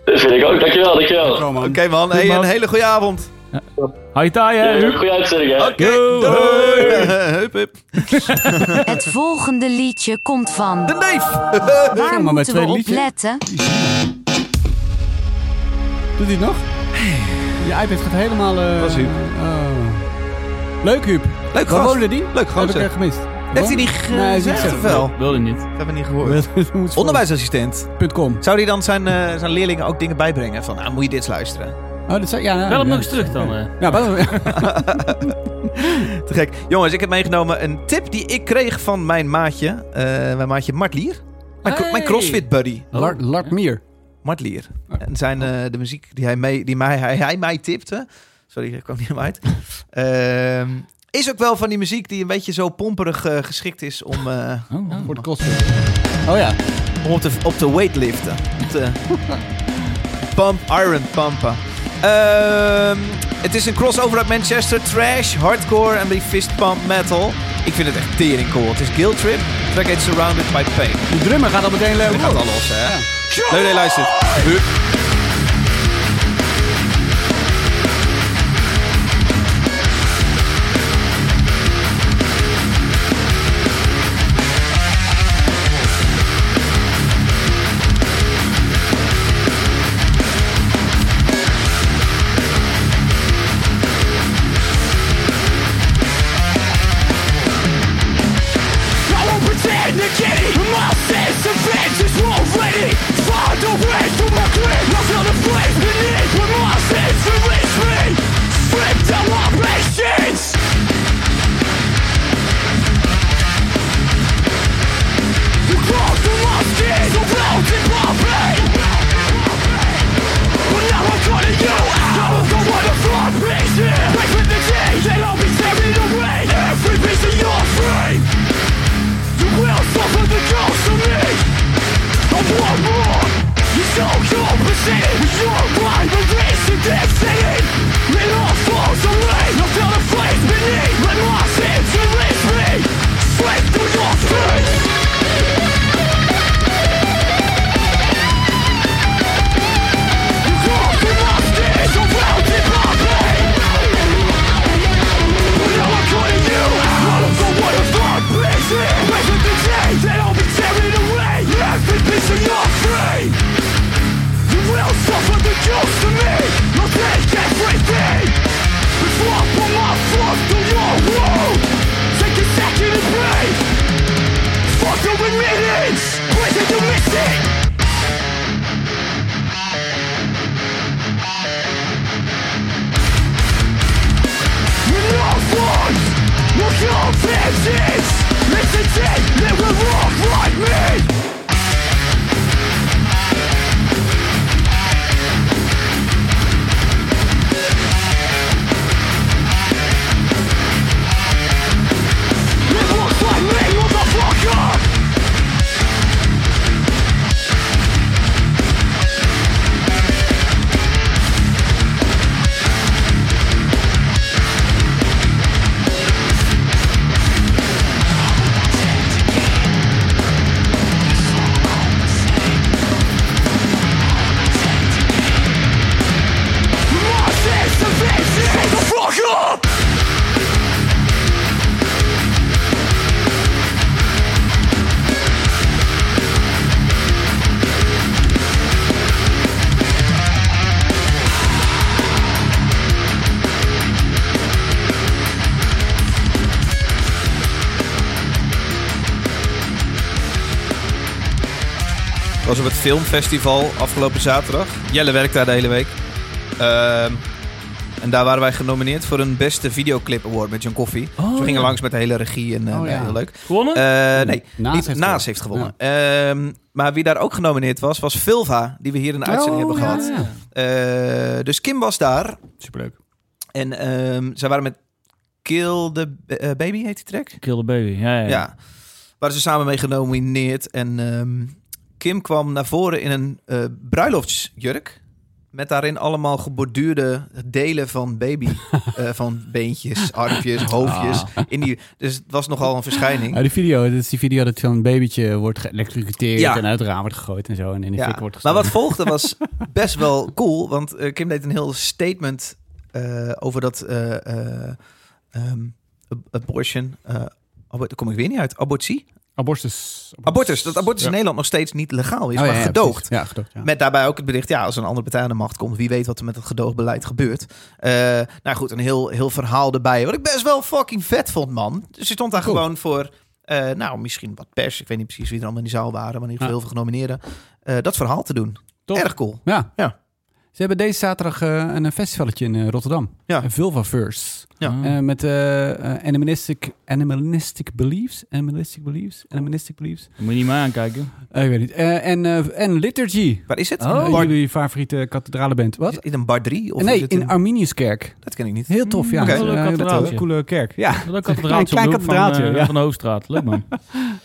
[SPEAKER 7] Dat vind ik ook. Dankjewel, dankjewel.
[SPEAKER 1] Oké, man. Hey,
[SPEAKER 2] man.
[SPEAKER 1] een hele goede avond.
[SPEAKER 2] Hoi taai hè, Huub.
[SPEAKER 7] Goeie uitzending, hè?
[SPEAKER 1] Oké,
[SPEAKER 2] Yo,
[SPEAKER 1] doei. [LAUGHS] Hup, hup.
[SPEAKER 5] Het volgende liedje komt van.
[SPEAKER 1] De neef.
[SPEAKER 5] Waar
[SPEAKER 3] maar met
[SPEAKER 5] moeten we
[SPEAKER 3] twee
[SPEAKER 5] op
[SPEAKER 3] liedjes.
[SPEAKER 5] letten?
[SPEAKER 3] Doet hij het nog? Je iPad gaat helemaal... eh,
[SPEAKER 1] Dat is Huub.
[SPEAKER 3] oh. Leuk, Huub.
[SPEAKER 1] [LAUGHS] Leuk
[SPEAKER 3] Waar
[SPEAKER 1] gast.
[SPEAKER 3] woonde die?
[SPEAKER 1] Leuk
[SPEAKER 3] Heb ik
[SPEAKER 1] gozer.
[SPEAKER 3] er gemist.
[SPEAKER 1] Heeft hij niet
[SPEAKER 3] Nee, is niet
[SPEAKER 1] gezegd
[SPEAKER 3] gezegd.
[SPEAKER 1] of wel?
[SPEAKER 2] Wilde niet.
[SPEAKER 1] Dat hebben we niet gehoord.
[SPEAKER 3] [LAUGHS]
[SPEAKER 1] Onderwijsassistent.
[SPEAKER 3] Onderwijs.com.
[SPEAKER 1] Zou die dan zijn, eh, zijn leerlingen ook dingen bijbrengen? Van, nou, moet je dit eens luisteren.
[SPEAKER 3] Oh, dat zei... Ja, nou,
[SPEAKER 2] Wel hem
[SPEAKER 3] ja.
[SPEAKER 2] nog eens terug dan. eh.
[SPEAKER 3] Ja, wel-
[SPEAKER 1] Te gek. Jongens, ik heb meegenomen een tip die ik kreeg van mijn maatje. eh, mijn maatje Mart Lier. Mijn, cro-
[SPEAKER 2] Hey.
[SPEAKER 1] mijn crossfit buddy.
[SPEAKER 3] Lart, Lart Mier.
[SPEAKER 1] Mart Lier. En zijn, eh, de muziek die, hij, mee, die mij, hij, hij mij tipte. Sorry, ik kwam niet helemaal uit. Ehm, is ook wel van die muziek die een beetje zo pomperig eh, geschikt is om, eh,
[SPEAKER 2] Oh, oh.
[SPEAKER 3] Voor de crossfit. Oh ja.
[SPEAKER 1] om op, te, op te weightliften. Op te pump, iron pumpen. Ehm, het is een crossover uit Manchester. Trash, hardcore en die fist pump metal. Ik vind het echt tering cool. Het is Guilt Trip. Track heet Surrounded by Pain.
[SPEAKER 3] De drummer gaat al meteen leuk.
[SPEAKER 1] Dit gaat al los, hè? Nee, nee, luister.
[SPEAKER 8] I won't pretend to get it My sense of vengeance already Far away from my grip My
[SPEAKER 1] was op het filmfestival afgelopen zaterdag. Jelle werkt daar de hele week. Ehm, en daar waren wij genomineerd voor een beste videoclip award met John Coffee.
[SPEAKER 2] Oh,
[SPEAKER 1] Ze gingen
[SPEAKER 2] ja.
[SPEAKER 1] langs met de hele regie en eh,
[SPEAKER 3] Oh, ja.
[SPEAKER 1] heel leuk.
[SPEAKER 2] Gewonnen?
[SPEAKER 1] Eh, nee,
[SPEAKER 3] Naast
[SPEAKER 1] niet,
[SPEAKER 3] heeft
[SPEAKER 1] Naas
[SPEAKER 3] gewonnen.
[SPEAKER 1] heeft gewonnen. Ehm, maar wie daar ook genomineerd was, was Vilva, die we hier in de uitzending hebben
[SPEAKER 3] Oh, ja.
[SPEAKER 1] gehad. Eh, dus Kim was daar.
[SPEAKER 3] Superleuk.
[SPEAKER 1] En ehm, zij waren met Kill the eh, Baby, heet die track?
[SPEAKER 2] Kill the Baby. Ja, ja.
[SPEAKER 1] Ja. Waren ze samen mee genomineerd. En ehm, Kim kwam naar voren in een eh, bruiloftsjurk. Met daarin allemaal geborduurde delen van
[SPEAKER 3] [LAUGHS]
[SPEAKER 1] baby. eh, van beentjes, armpjes,
[SPEAKER 3] Ah.
[SPEAKER 1] hoofdjes. In die, dus het was nogal een verschijning.
[SPEAKER 3] die video, dat is die video dat zo'n babytje wordt geëlectrocuteerd
[SPEAKER 1] Ja.
[SPEAKER 3] en uit het raam wordt gegooid en zo. En in de fik wordt
[SPEAKER 1] Maar
[SPEAKER 3] gestoken.
[SPEAKER 1] wat volgde
[SPEAKER 3] [LAUGHS]
[SPEAKER 1] was best wel cool. Want eh, Kim deed een heel statement eh, over dat eh, eh, ehm, ab- abortion. eh, abor- daar kom ik weer niet uit. Abortie?
[SPEAKER 3] Abortus.
[SPEAKER 1] Abortus. Dat abortus in Nederland nog steeds niet legaal is,
[SPEAKER 3] Oh, ja,
[SPEAKER 1] maar
[SPEAKER 3] ja,
[SPEAKER 1] gedoogd.
[SPEAKER 3] precies. Ja, gedoogd. Ja.
[SPEAKER 1] Met daarbij ook het bericht, ja, als een andere partij aan de macht komt, wie weet wat er met het gedoogbeleid gebeurt. Eh, nou goed, een heel, heel verhaal erbij. Wat ik best wel fucking vet vond, man. Dus je stond daar
[SPEAKER 3] Cool.
[SPEAKER 1] gewoon voor, eh, nou, misschien wat pers. Ik weet niet precies wie er allemaal in die zaal waren, maar in ieder geval
[SPEAKER 3] Ja.
[SPEAKER 1] heel veel genomineerden. eh, dat verhaal te doen.
[SPEAKER 3] Tof.
[SPEAKER 1] Erg cool.
[SPEAKER 3] Ja.
[SPEAKER 1] Ja.
[SPEAKER 3] Ze hebben deze zaterdag eh, een festivaletje in eh, Rotterdam.
[SPEAKER 1] Ja.
[SPEAKER 3] Een Vulvaverse.
[SPEAKER 1] Ja.
[SPEAKER 2] Ah.
[SPEAKER 3] Eh, met eh, eh, animalistic, animalistic beliefs. Animalistic beliefs. Animalistic beliefs.
[SPEAKER 2] Moet je niet meer aankijken.
[SPEAKER 3] Eh, ik weet niet. Eh, en, eh, en Liturgy.
[SPEAKER 1] Waar is het?
[SPEAKER 3] Eh,
[SPEAKER 1] Een bar,
[SPEAKER 3] jullie favoriete kathedralenband.
[SPEAKER 1] is
[SPEAKER 3] Wat?
[SPEAKER 1] het een bar 3? Of is
[SPEAKER 3] nee,
[SPEAKER 1] het
[SPEAKER 3] in
[SPEAKER 1] een-
[SPEAKER 3] Arminiuskerk.
[SPEAKER 1] Dat ken ik niet.
[SPEAKER 3] Heel tof, ja.
[SPEAKER 1] Oké.
[SPEAKER 3] Eh,
[SPEAKER 2] Wel een
[SPEAKER 3] dat-
[SPEAKER 2] kathedraaltje.
[SPEAKER 3] eh, coole kerk. Ja,
[SPEAKER 2] Leuk kathedraaltje op
[SPEAKER 3] Klein
[SPEAKER 2] de hoek van,
[SPEAKER 3] kathedraaltje,
[SPEAKER 2] eh,
[SPEAKER 3] ja.
[SPEAKER 2] van de Hoofdstraat. Leuk [LAUGHS] man.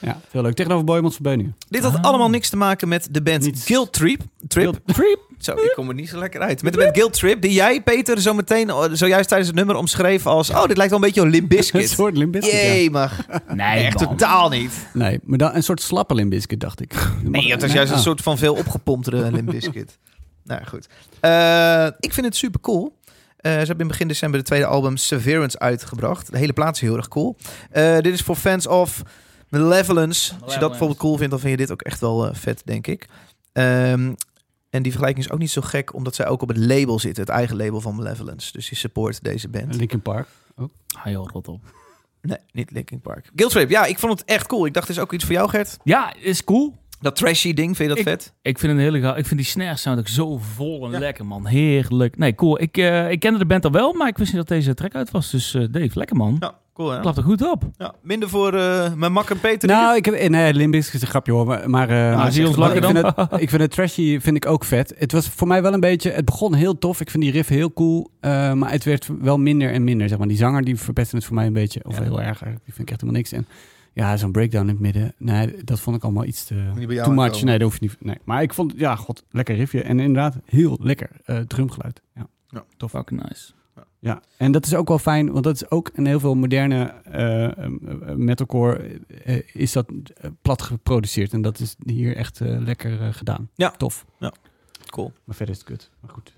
[SPEAKER 3] ja heel leuk. Tegenover Boymans van Beuningen.
[SPEAKER 1] Dit had allemaal niks te maken met de band
[SPEAKER 3] Ah. Niets.
[SPEAKER 1] Guilt Trip. Trip. [LAUGHS] Zo, ik kom er niet zo lekker uit. Met de band Guilt Trip, die jij, Peter, zo meteen, eh, zojuist tijdens het nummer omschreef als... Oh, dit lijkt wel een beetje op Limp
[SPEAKER 3] [LAUGHS] Een
[SPEAKER 1] Bizkit.
[SPEAKER 3] soort Limbiscuit, ja.
[SPEAKER 1] Jee, maar
[SPEAKER 2] Nee,
[SPEAKER 1] echt
[SPEAKER 2] man.
[SPEAKER 1] totaal niet.
[SPEAKER 3] Nee, maar dan een soort slappe Limbiscuit, dacht ik. Ah.
[SPEAKER 1] Nee, dat is juist een soort van veel opgepomptere Limp [LAUGHS] Bizkit. nou, ja, goed. Eh, ik vind het super cool. Eh, ze hebben in begin december het tweede album Severance uitgebracht. De hele plaat is heel erg cool. Eh, dit is voor fans of Malevolence. Als je dat bijvoorbeeld cool vindt, dan vind je dit ook echt wel eh, vet, denk ik. Ehm, en die vergelijking is ook niet zo gek, omdat zij ook op het label zitten. Het eigen label van Malevolence. Dus die support deze band.
[SPEAKER 3] Linkin Park.
[SPEAKER 2] Ah, joh, rot op.
[SPEAKER 1] Nee, niet Linkin Park. Guilt Trip, ja, ik vond het echt cool. Ik dacht, dit is ook iets voor jou, Gert.
[SPEAKER 2] Ja, is cool.
[SPEAKER 1] Dat trashy ding, vind je dat vet?
[SPEAKER 2] Ik vind, een hele, ga- ik vind die snare sound ook zo vol en lekker, man. Heerlijk. Nee, cool. Ik, eh, ik kende de band al wel, maar ik wist niet dat deze track uit was. Dus eh, Dave, lekker man.
[SPEAKER 1] Ja, cool hè?
[SPEAKER 2] Klapt er goed op.
[SPEAKER 1] Ja, minder voor eh, mijn mak en Peter.
[SPEAKER 3] Nou, ik heb, eh, nee, Limbis is een grapje hoor, maar... maar eh,
[SPEAKER 2] Nou, zie je ons
[SPEAKER 3] maar
[SPEAKER 2] lachen
[SPEAKER 3] ik
[SPEAKER 2] dan?
[SPEAKER 3] Vind het, ik vind het trashy vind ik ook vet. Het was voor mij wel een beetje... Het begon heel tof, ik vind die riff heel cool, eh, maar het werd wel minder en minder, zeg maar. Die zanger, die verpestte het voor mij een beetje, of heel erg eigenlijk. Die vind ik echt helemaal niks. En ja, zo'n breakdown in het midden, nee, dat vond ik allemaal iets te...
[SPEAKER 1] Moet niet bij jou
[SPEAKER 3] Too much,
[SPEAKER 1] aankomen.
[SPEAKER 3] nee, dat hoef je niet... Nee. Maar ik vond, ja, god, lekker riffje. En inderdaad, heel lekker eh, drumgeluid, ja.
[SPEAKER 2] Tof. Fucking nice.
[SPEAKER 3] Ja, en dat is ook wel fijn, want dat is ook in heel veel moderne eh, eh, metalcore eh, eh, is dat eh, plat geproduceerd. En dat is hier echt eh, lekker eh, gedaan.
[SPEAKER 1] Ja.
[SPEAKER 3] Tof.
[SPEAKER 1] Cool.
[SPEAKER 3] Maar verder is het kut. Maar goed.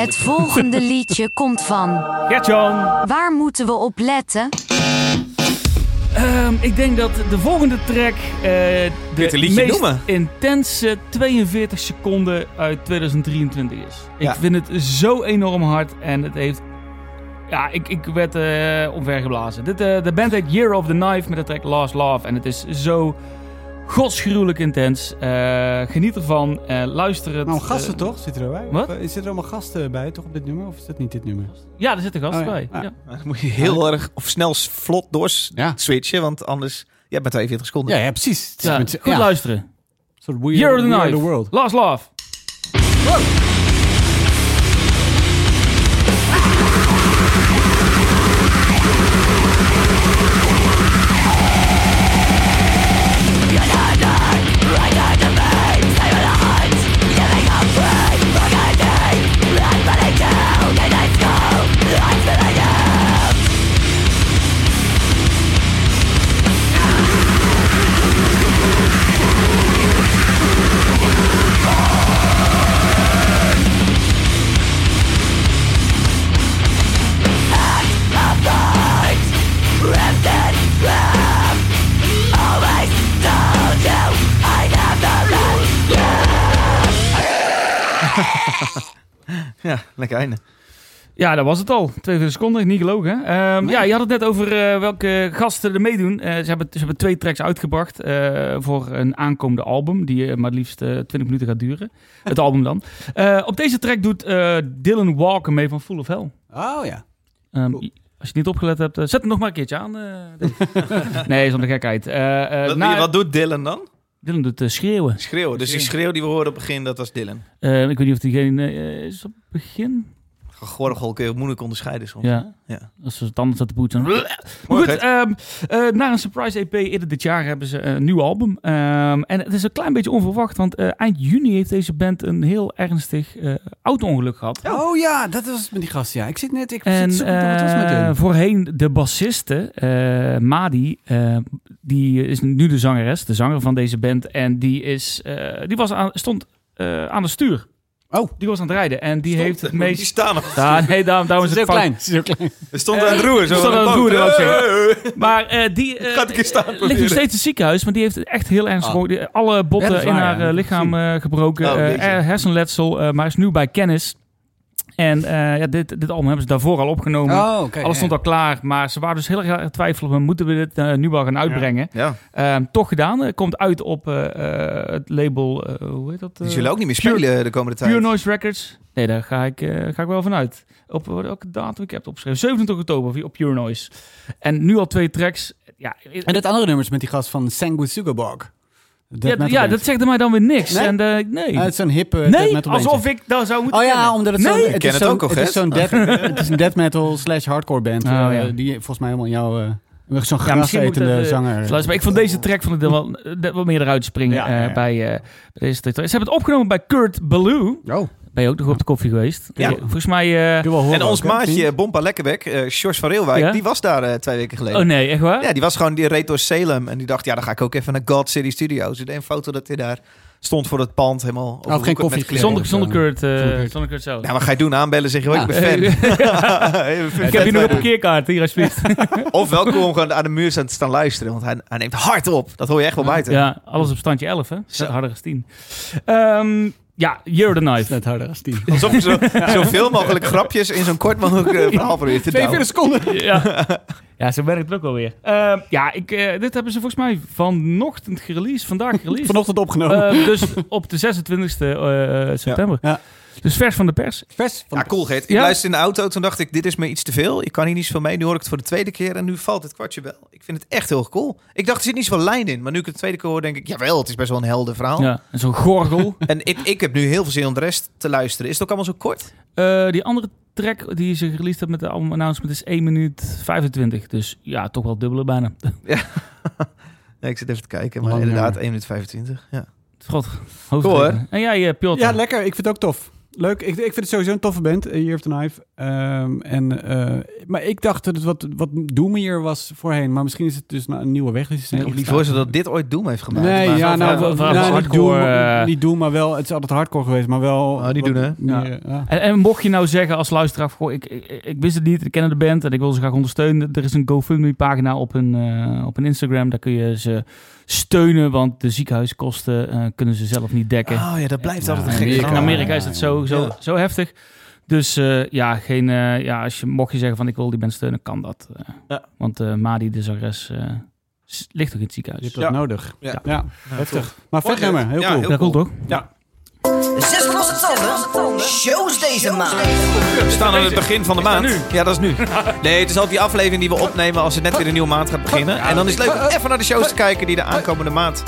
[SPEAKER 5] Het volgende liedje komt van.
[SPEAKER 2] Gert-Jan!
[SPEAKER 5] Waar moeten we op letten?
[SPEAKER 2] Ehm, ik denk dat de volgende track eh,
[SPEAKER 1] Dit
[SPEAKER 2] de
[SPEAKER 1] een liedje
[SPEAKER 2] meest
[SPEAKER 1] noemen.
[SPEAKER 2] intense 42 seconden uit 2023 is.
[SPEAKER 1] Ja.
[SPEAKER 2] Ik vind het zo enorm hard en het heeft... Ja, ik, ik werd eh omvergeblazen. Dit, eh, de band heet Year of the Knife met de track Last Love. En het is zo godsgruwelijk intens. Eh, geniet ervan. Eh, luister het.
[SPEAKER 3] Nou, gasten
[SPEAKER 2] eh,
[SPEAKER 3] toch? Zitten er bij?
[SPEAKER 2] wat?
[SPEAKER 3] Zitten er allemaal gasten bij, toch, op dit nummer? Of is dat niet dit nummer?
[SPEAKER 2] Ja, er zitten gasten
[SPEAKER 3] Oh, ja.
[SPEAKER 2] bij.
[SPEAKER 3] Ah.
[SPEAKER 2] Ja.
[SPEAKER 1] Dan moet je heel erg of snel s- vlot door s-
[SPEAKER 3] Ja.
[SPEAKER 1] switchen, want anders... Je hebt maar 42 seconden.
[SPEAKER 3] Ja, ja precies. Het is
[SPEAKER 2] Ja,
[SPEAKER 3] met-
[SPEAKER 2] goed
[SPEAKER 3] ja.
[SPEAKER 2] luisteren.
[SPEAKER 3] Een soort we
[SPEAKER 2] Year
[SPEAKER 3] are,
[SPEAKER 2] of the
[SPEAKER 3] we are
[SPEAKER 2] Knife.
[SPEAKER 3] the world.
[SPEAKER 2] Last Love.
[SPEAKER 1] Ja, lekker einde.
[SPEAKER 2] Ja, dat was het al. 42 seconden, niet gelogen. hè? Ehm, Ja, je had het net over eh, welke gasten er meedoen. Eh, ze, hebben, ze hebben twee tracks uitgebracht eh, voor een aankomende album, die eh, maar liefst eh, 20 minuten gaat
[SPEAKER 1] [LAUGHS]
[SPEAKER 2] duren. Het album dan. Eh, op deze track doet eh, Dylan Walker mee van Full of Hell.
[SPEAKER 3] Oh ja.
[SPEAKER 2] Ehm,
[SPEAKER 3] Cool.
[SPEAKER 2] Als je het niet opgelet hebt, eh, zet het nog maar een keertje aan. eh,
[SPEAKER 1] [LAUGHS]
[SPEAKER 2] Dave. nee, is om de gekheid. Eh, eh,
[SPEAKER 1] Wat,
[SPEAKER 2] na-
[SPEAKER 1] wat doet Dylan dan?
[SPEAKER 2] Dylan doet eh, schreeuwen.
[SPEAKER 1] Schreeuwen. Dus die schreeuw die we hoorden op het begin, dat was Dylan.
[SPEAKER 2] Eh, ik weet niet of diegene eh, is op het begin.
[SPEAKER 1] Gegorgel kun je moeilijk onderscheiden soms.
[SPEAKER 2] Ja.
[SPEAKER 1] Ja.
[SPEAKER 2] Als ze het anders zat te boeten. Maar goed,
[SPEAKER 1] Gert.
[SPEAKER 2] ehm, eh, na een surprise EP eerder dit jaar hebben ze een nieuw album. Ehm, en het is een klein beetje onverwacht, want eh, eind juni heeft deze band een heel ernstig eh auto-ongeluk gehad.
[SPEAKER 3] Oh ja, dat was met die gast, ja. Ik zit net, ik
[SPEAKER 2] En
[SPEAKER 3] zit zoeken wat was met
[SPEAKER 2] eh,
[SPEAKER 3] hem.
[SPEAKER 2] voorheen de bassiste, eh, Madi, eh, die is nu de zangeres, de zanger van deze band. En die, is, eh, die was aan, stond eh, aan het stuur.
[SPEAKER 3] Oh.
[SPEAKER 2] Die was aan het rijden en die heeft het
[SPEAKER 1] Die
[SPEAKER 2] meest...
[SPEAKER 1] [LAUGHS] staan nog.
[SPEAKER 2] [LAUGHS]
[SPEAKER 1] Eh,
[SPEAKER 2] Ja, nee, daarom, daarom is het
[SPEAKER 3] Zo
[SPEAKER 2] fout.
[SPEAKER 3] klein. Zo klein.
[SPEAKER 1] Er stond aan het roer. Zo
[SPEAKER 2] er stond
[SPEAKER 1] van
[SPEAKER 2] aan het
[SPEAKER 1] de
[SPEAKER 2] roer,
[SPEAKER 1] boot.
[SPEAKER 2] dat wou ik
[SPEAKER 1] Hey.
[SPEAKER 2] Maar eh, die eh,
[SPEAKER 1] Gaat ik eens staan
[SPEAKER 2] ligt
[SPEAKER 1] proberen.
[SPEAKER 2] nog steeds in het ziekenhuis, maar die heeft echt heel ernstig
[SPEAKER 3] Ah.
[SPEAKER 2] gehoord. Die- alle botten
[SPEAKER 3] Ja, dat is
[SPEAKER 2] in
[SPEAKER 3] waar,
[SPEAKER 2] haar
[SPEAKER 3] ja.
[SPEAKER 2] eh, lichaam eh, gebroken,
[SPEAKER 1] Oh,
[SPEAKER 2] eh,
[SPEAKER 1] jeetje.
[SPEAKER 2] eh, hersenletsel, eh, maar is nu bij kennis. En eh, ja, dit, dit album hebben ze daarvoor al opgenomen.
[SPEAKER 3] Oh, oké.
[SPEAKER 2] Alles stond al klaar, maar ze waren dus heel erg twijfelen. We moeten we dit eh, nu wel gaan uitbrengen.
[SPEAKER 1] Ja,
[SPEAKER 2] Ehm, toch gedaan. Het komt uit op eh, eh, het label. eh, hoe heet dat? eh,
[SPEAKER 1] die zullen dus ook niet meer
[SPEAKER 2] Pure-
[SPEAKER 1] spelen de komende tijd.
[SPEAKER 2] Pure Noise Records. Nee, daar ga ik, eh, ga ik wel vanuit. Op welke datum ik heb het opgeschreven? 27 oktober op Pure Noise. En nu al twee tracks. Ja, eh,
[SPEAKER 3] En dat andere nummer is met die gast van Sangu Sugarbog.
[SPEAKER 2] ja, ja, dat zegt mij dan weer niks.
[SPEAKER 3] Nee?
[SPEAKER 2] En, eh, nee,
[SPEAKER 3] Het is zo'n hippe death
[SPEAKER 2] nee
[SPEAKER 3] metal
[SPEAKER 2] alsof
[SPEAKER 3] bandje.
[SPEAKER 2] ik dat zou moeten
[SPEAKER 3] Oh ja,
[SPEAKER 2] kennen.
[SPEAKER 3] omdat het
[SPEAKER 2] Nee,
[SPEAKER 3] zo'n...
[SPEAKER 2] ik
[SPEAKER 3] het
[SPEAKER 1] ken
[SPEAKER 3] is
[SPEAKER 1] het
[SPEAKER 3] zo'n-
[SPEAKER 1] ook al,
[SPEAKER 3] Het is
[SPEAKER 1] Gert.
[SPEAKER 3] zo'n death, het is een death metal slash hardcore band.
[SPEAKER 2] Oh,
[SPEAKER 3] eh,
[SPEAKER 2] ja.
[SPEAKER 3] Die volgens mij helemaal jouw... eh, Zo'n
[SPEAKER 2] Ja, misschien moet
[SPEAKER 3] grasetende
[SPEAKER 2] dat, eh,
[SPEAKER 3] zanger.
[SPEAKER 2] Dus luister, maar ik vond deze track van het deel wel, dat wel meer eruit springen
[SPEAKER 3] Ja, ja, ja.
[SPEAKER 2] eh, bij eh, deze track. Ze hebben het opgenomen bij Kurt Ballou.
[SPEAKER 3] Oh,
[SPEAKER 2] Ben je ook nog op de koffie geweest?
[SPEAKER 1] Ja.
[SPEAKER 2] Eh, Volgens mij... eh,
[SPEAKER 3] doe wel horen
[SPEAKER 1] En ons
[SPEAKER 3] ook, hè,
[SPEAKER 1] maatje
[SPEAKER 3] Pien?
[SPEAKER 1] Bompa Lekkerbek, eh Sjors van Reelwijk,
[SPEAKER 2] Ja?
[SPEAKER 1] die was daar eh, twee weken geleden.
[SPEAKER 2] oh nee, echt waar?
[SPEAKER 1] Ja, die was gewoon, die reed door Salem en die dacht, ja, dan ga ik ook even naar God City Studios. Ik deed een foto dat hij daar stond voor het pand, helemaal overhoekend
[SPEAKER 3] geen koffie
[SPEAKER 1] met kleren.
[SPEAKER 3] gezongen.
[SPEAKER 2] zonder, zonder, Kurt, eh,
[SPEAKER 3] Zonder Kurt.
[SPEAKER 2] zonder Kurt zelf.
[SPEAKER 1] Nou, wat ga je doen? Aanbellen zeggen, oh,
[SPEAKER 3] Ja.
[SPEAKER 1] ik ben fan.
[SPEAKER 2] Eh,
[SPEAKER 1] [LAUGHS] Ik ben
[SPEAKER 2] [LAUGHS] ik heb
[SPEAKER 1] fan
[SPEAKER 2] hier nog een
[SPEAKER 1] van je.
[SPEAKER 2] parkeerkaart, hier alsjeblieft.
[SPEAKER 1] Of welkom om gewoon aan de muur staan te staan luisteren, want hij, hij neemt hard op. Dat hoor je echt wel buiten.
[SPEAKER 2] ja, alles op standje 11, hè?
[SPEAKER 1] Zo.
[SPEAKER 2] Harder is 10. Ehm, ja, You're the
[SPEAKER 3] Dat is
[SPEAKER 2] Knife.
[SPEAKER 3] net harder als die.
[SPEAKER 1] Alsof je
[SPEAKER 2] [LAUGHS]
[SPEAKER 1] zo, zoveel mogelijk grapjes in zo'n kort mogelijk eh, verhaal probeert te douwen.
[SPEAKER 3] 42 seconden.
[SPEAKER 2] ja. [LAUGHS] ja, ze werkt het ook alweer. Ehm ja, ik, eh, dit hebben ze volgens mij vanochtend gereleased, vandaag gereleased.
[SPEAKER 3] Vanochtend opgenomen.
[SPEAKER 2] Ehm, dus [LAUGHS] op de 26e eh, september.
[SPEAKER 3] Ja.
[SPEAKER 2] Dus vers van de pers.
[SPEAKER 3] Vers van
[SPEAKER 1] Ja, cool Geert. Ik
[SPEAKER 2] Ja.
[SPEAKER 1] luisterde in de auto, toen dacht ik, dit is me iets te veel. Ik kan hier niets van mee. Nu hoor ik het voor de tweede keer en nu valt het kwartje wel. Ik vind het echt heel cool. Ik dacht, er zit niet zoveel lijn in. Maar nu ik het de tweede keer hoor, denk ik, jawel, het is best wel een helder verhaal.
[SPEAKER 2] Ja, en zo'n gorgel. [LAUGHS]
[SPEAKER 1] En ik, ik heb nu heel veel zin om de rest te luisteren. Is het ook allemaal zo kort?
[SPEAKER 2] Eh, die andere track die ze gereleased heeft met de album announcement is 1 minuut 25. Dus ja, toch wel het dubbele bijna. [LAUGHS]
[SPEAKER 1] Nee, ik zit even te kijken, maar
[SPEAKER 3] Lang
[SPEAKER 1] inderdaad,
[SPEAKER 3] nummer.
[SPEAKER 1] 1 minuut 25. Ja.
[SPEAKER 2] God,
[SPEAKER 1] Cool,
[SPEAKER 2] hoofdreden. En jij, eh Piotr.
[SPEAKER 3] Ja, lekker. Ik vind het ook tof. Leuk. Ik, ik vind het sowieso een toffe band, eh, Year of the Knife. Ehm, en, eh, maar ik dacht dat het wat, wat doomier was voorheen. Maar misschien is het dus nou een nieuwe weg. die ze zijn
[SPEAKER 1] Ik lief
[SPEAKER 3] ingeslagen.
[SPEAKER 1] hoor ze dat dit ooit Doom heeft gemaakt.
[SPEAKER 3] Nee,
[SPEAKER 1] Maar-
[SPEAKER 3] ja,
[SPEAKER 2] van-
[SPEAKER 3] nou,
[SPEAKER 2] van- van-
[SPEAKER 3] nou,
[SPEAKER 2] van
[SPEAKER 3] niet
[SPEAKER 2] hardcore,
[SPEAKER 3] Doom,
[SPEAKER 2] eh.
[SPEAKER 3] niet Doom, maar wel... Het is altijd hardcore geweest, maar wel...
[SPEAKER 1] Oh, die
[SPEAKER 3] wat eh, ah,
[SPEAKER 1] doen, hè?
[SPEAKER 3] meer,
[SPEAKER 2] Ja.
[SPEAKER 3] ja.
[SPEAKER 2] En, en mocht je nou zeggen als luisteraar, goh, ik, ik, ik wist het niet, ik ken de band en ik wil ze graag ondersteunen. Er is een GoFundMe-pagina op hun, eh, op hun Instagram, daar kun je ze steunen, want de ziekenhuiskosten eh, kunnen ze zelf niet dekken.
[SPEAKER 1] Oh ja, dat blijft
[SPEAKER 3] Ja,
[SPEAKER 1] altijd een
[SPEAKER 3] Amerika.
[SPEAKER 1] gek
[SPEAKER 2] in
[SPEAKER 1] verhaal.
[SPEAKER 2] Amerika is het zo, zo,
[SPEAKER 1] Ja.
[SPEAKER 2] zo heftig. Dus eh, ja, geen, eh, ja als je, mocht je zeggen van ik wil die band steunen, kan dat. eh.
[SPEAKER 1] Ja.
[SPEAKER 2] Want eh, Madi, de zangeres, eh, s- ligt toch in het
[SPEAKER 3] Je
[SPEAKER 2] ziekenhuis.
[SPEAKER 3] hebt dat
[SPEAKER 1] Ja.
[SPEAKER 3] nodig.
[SPEAKER 1] Ja.
[SPEAKER 3] Ja,
[SPEAKER 1] Ja,
[SPEAKER 3] heftig.
[SPEAKER 1] tof.
[SPEAKER 3] Maar vet nummer, heel
[SPEAKER 1] Ja,
[SPEAKER 3] cool.
[SPEAKER 1] heel
[SPEAKER 2] Ja, cool toch?
[SPEAKER 8] Zes losse tanden. Shows deze maand.
[SPEAKER 1] We staan aan het begin van de maand. Ja, dat is nu. Nee, het is altijd die aflevering die we opnemen als het net weer een nieuwe maand gaat beginnen. En dan is het leuk om even naar de shows te kijken die de aankomende maand